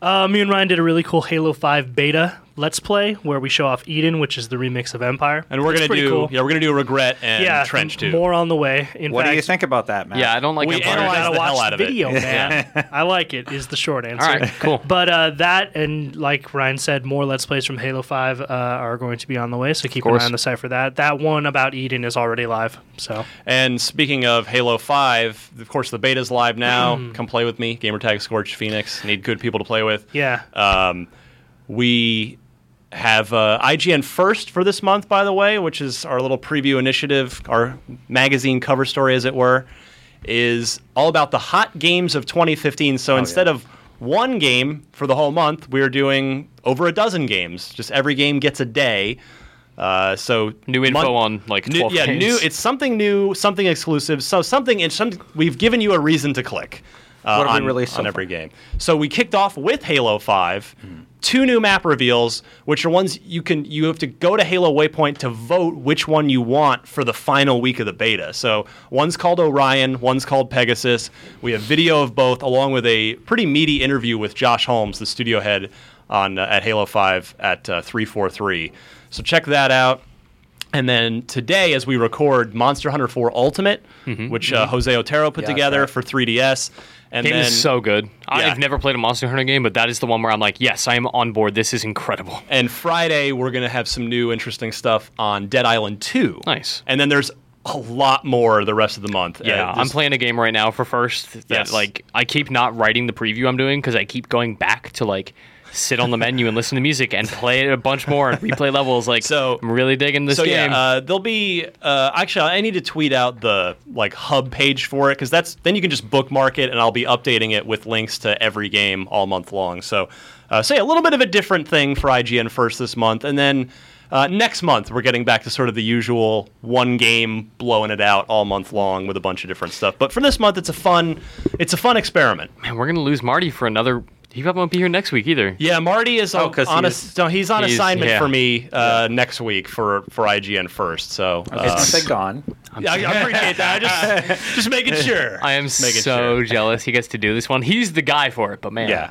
[SPEAKER 7] Uh, me and Ryan did a really cool Halo 5 beta let's play where we show off Eden, which is the remix of Empire.
[SPEAKER 3] And we're
[SPEAKER 7] It's
[SPEAKER 3] gonna
[SPEAKER 7] pretty
[SPEAKER 3] do
[SPEAKER 7] cool.
[SPEAKER 3] yeah, we're gonna do regret and
[SPEAKER 7] yeah,
[SPEAKER 3] trench too.
[SPEAKER 7] More on the way. In
[SPEAKER 3] What do
[SPEAKER 7] fact,
[SPEAKER 3] you think
[SPEAKER 6] about that,
[SPEAKER 3] Matt? Yeah, I don't like
[SPEAKER 7] we
[SPEAKER 3] Empire. Analyze
[SPEAKER 7] gotta
[SPEAKER 3] the
[SPEAKER 7] watch
[SPEAKER 3] hell out
[SPEAKER 7] the
[SPEAKER 3] of it.
[SPEAKER 7] video,
[SPEAKER 3] Yeah.
[SPEAKER 7] man. I like it. Is the short answer.
[SPEAKER 5] All right, cool.
[SPEAKER 7] But uh, that and like Ryan said, more let's plays from Halo Five uh, are going to be on the way. So keep an
[SPEAKER 3] course.
[SPEAKER 7] eye on the site for that. That one about Eden is already live. So
[SPEAKER 3] And speaking of Halo 5, of course, the beta's live now. Come play with me. Gamertag Scorch Phoenix. Need good people to play with.
[SPEAKER 7] Yeah.
[SPEAKER 3] Um, we have uh, IGN first for this month, by the way, which is our little preview initiative, our magazine cover story, as it were, is all about the hot games of 2015.
[SPEAKER 5] Oh,
[SPEAKER 3] So instead of one game for the whole month, we're doing over a dozen games. Just every game gets a day. Uh, so
[SPEAKER 5] New info on, like,
[SPEAKER 3] new,
[SPEAKER 5] 12
[SPEAKER 3] yeah,
[SPEAKER 5] games.
[SPEAKER 3] new. It's something new, something exclusive. So something. It's some. We've given you a reason to click. Uh,
[SPEAKER 6] What have we
[SPEAKER 3] on,
[SPEAKER 6] released so
[SPEAKER 3] on every game. So we kicked off with Halo Five, two new map reveals, which are ones you can you have to go to Halo Waypoint to vote which one you want for the final week of the beta. So one's called Orion, one's called Pegasus. We have video of both, along with a pretty meaty interview with Josh Holmes, the studio head on uh, at Halo Five at uh, three four three. So check that out. And then today, as we record, Monster Hunter 4 Ultimate, which uh,
[SPEAKER 5] Mhm.
[SPEAKER 3] Jose Otero put
[SPEAKER 5] Yeah, I
[SPEAKER 3] together for 3DS. And
[SPEAKER 5] game
[SPEAKER 3] then,
[SPEAKER 5] is so good.
[SPEAKER 3] Yeah.
[SPEAKER 5] I've never played a Monster Hunter game, but that is the one where I'm like, yes, I am on board. This is incredible.
[SPEAKER 3] And Friday, we're going to have some new interesting stuff on Dead Island 2. Nice. And then there's a lot more the rest of the month.
[SPEAKER 5] Yeah,
[SPEAKER 3] Uh,
[SPEAKER 5] I'm
[SPEAKER 3] this-
[SPEAKER 5] playing a game right now for first that
[SPEAKER 3] Yes.
[SPEAKER 5] like I keep not writing the preview I'm doing because I keep going back to like sit on the menu and listen to music and play it a bunch more and replay levels. Like, so I'm really digging this
[SPEAKER 3] so
[SPEAKER 5] game.
[SPEAKER 3] yeah, uh, there'll be uh, actually I need to tweet out the like hub page for it because that's then you can just bookmark it and I'll be updating it with links to every game all month long. So, uh, so yeah, a little bit of a different thing for IGN first this month, and then uh, next month we're getting back to sort of the usual one game blowing it out all month long with a bunch of different stuff. But for this month, it's a fun, it's a fun experiment.
[SPEAKER 5] Man, we're gonna lose Marty for another. He probably won't be here next week either.
[SPEAKER 3] Yeah, Marty is on,
[SPEAKER 5] Oh, 'cause
[SPEAKER 3] on
[SPEAKER 5] he
[SPEAKER 3] a-
[SPEAKER 5] is-
[SPEAKER 3] no, he's on
[SPEAKER 5] he's-
[SPEAKER 3] assignment
[SPEAKER 5] yeah.
[SPEAKER 3] for me uh, next week for for IGN first. So
[SPEAKER 5] Okay,
[SPEAKER 3] uh,
[SPEAKER 5] so
[SPEAKER 6] gone.
[SPEAKER 3] Yeah, I, I appreciate that. I just just making sure.
[SPEAKER 5] I am
[SPEAKER 3] Just making
[SPEAKER 5] so jealous he gets to do this one. He's the guy for it, but man.
[SPEAKER 3] Yeah.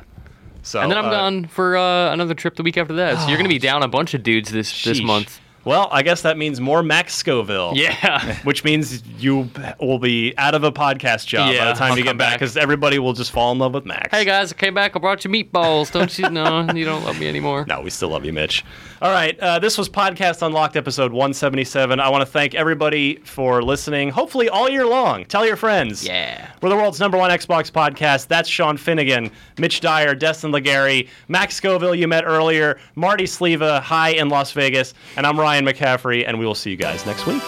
[SPEAKER 3] So
[SPEAKER 5] and then I'm
[SPEAKER 3] uh,
[SPEAKER 5] gone for uh, another trip the week after that. So you're gonna be down a bunch of dudes this this
[SPEAKER 3] sheesh.
[SPEAKER 5] month.
[SPEAKER 3] Well, I guess that means more Max Scoville.
[SPEAKER 5] Yeah.
[SPEAKER 3] Which means you will be out of a podcast job by
[SPEAKER 5] Yeah,
[SPEAKER 3] the time
[SPEAKER 5] I'll
[SPEAKER 3] you get
[SPEAKER 5] come
[SPEAKER 3] back
[SPEAKER 5] back.
[SPEAKER 3] because everybody will just fall in love with Max.
[SPEAKER 5] Hey guys, I came back. I brought you meatballs. Don't you? No, you don't love me anymore.
[SPEAKER 3] No, we still love you, Mitch. All right, uh, this was Podcast Unlocked, episode 177. I want to thank everybody for listening, hopefully all year long. Tell your friends. Yeah. We're the world's number one Xbox podcast. That's Sean Finnegan, Mitch Dyer, Destin Legary, Max Scoville, you met earlier, Marty Sleva, hi in Las Vegas, and I'm Ryan McCaffrey, and we will see you guys next week.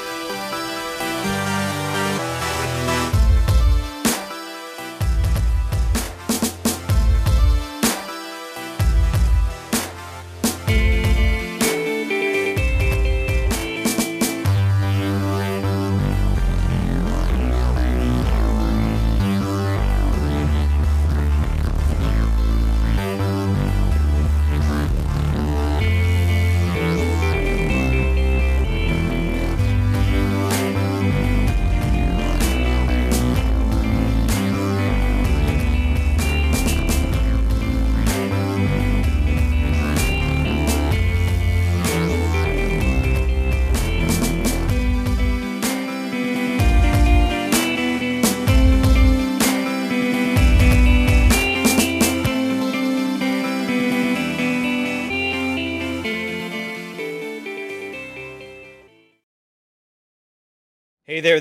[SPEAKER 4] Hey there,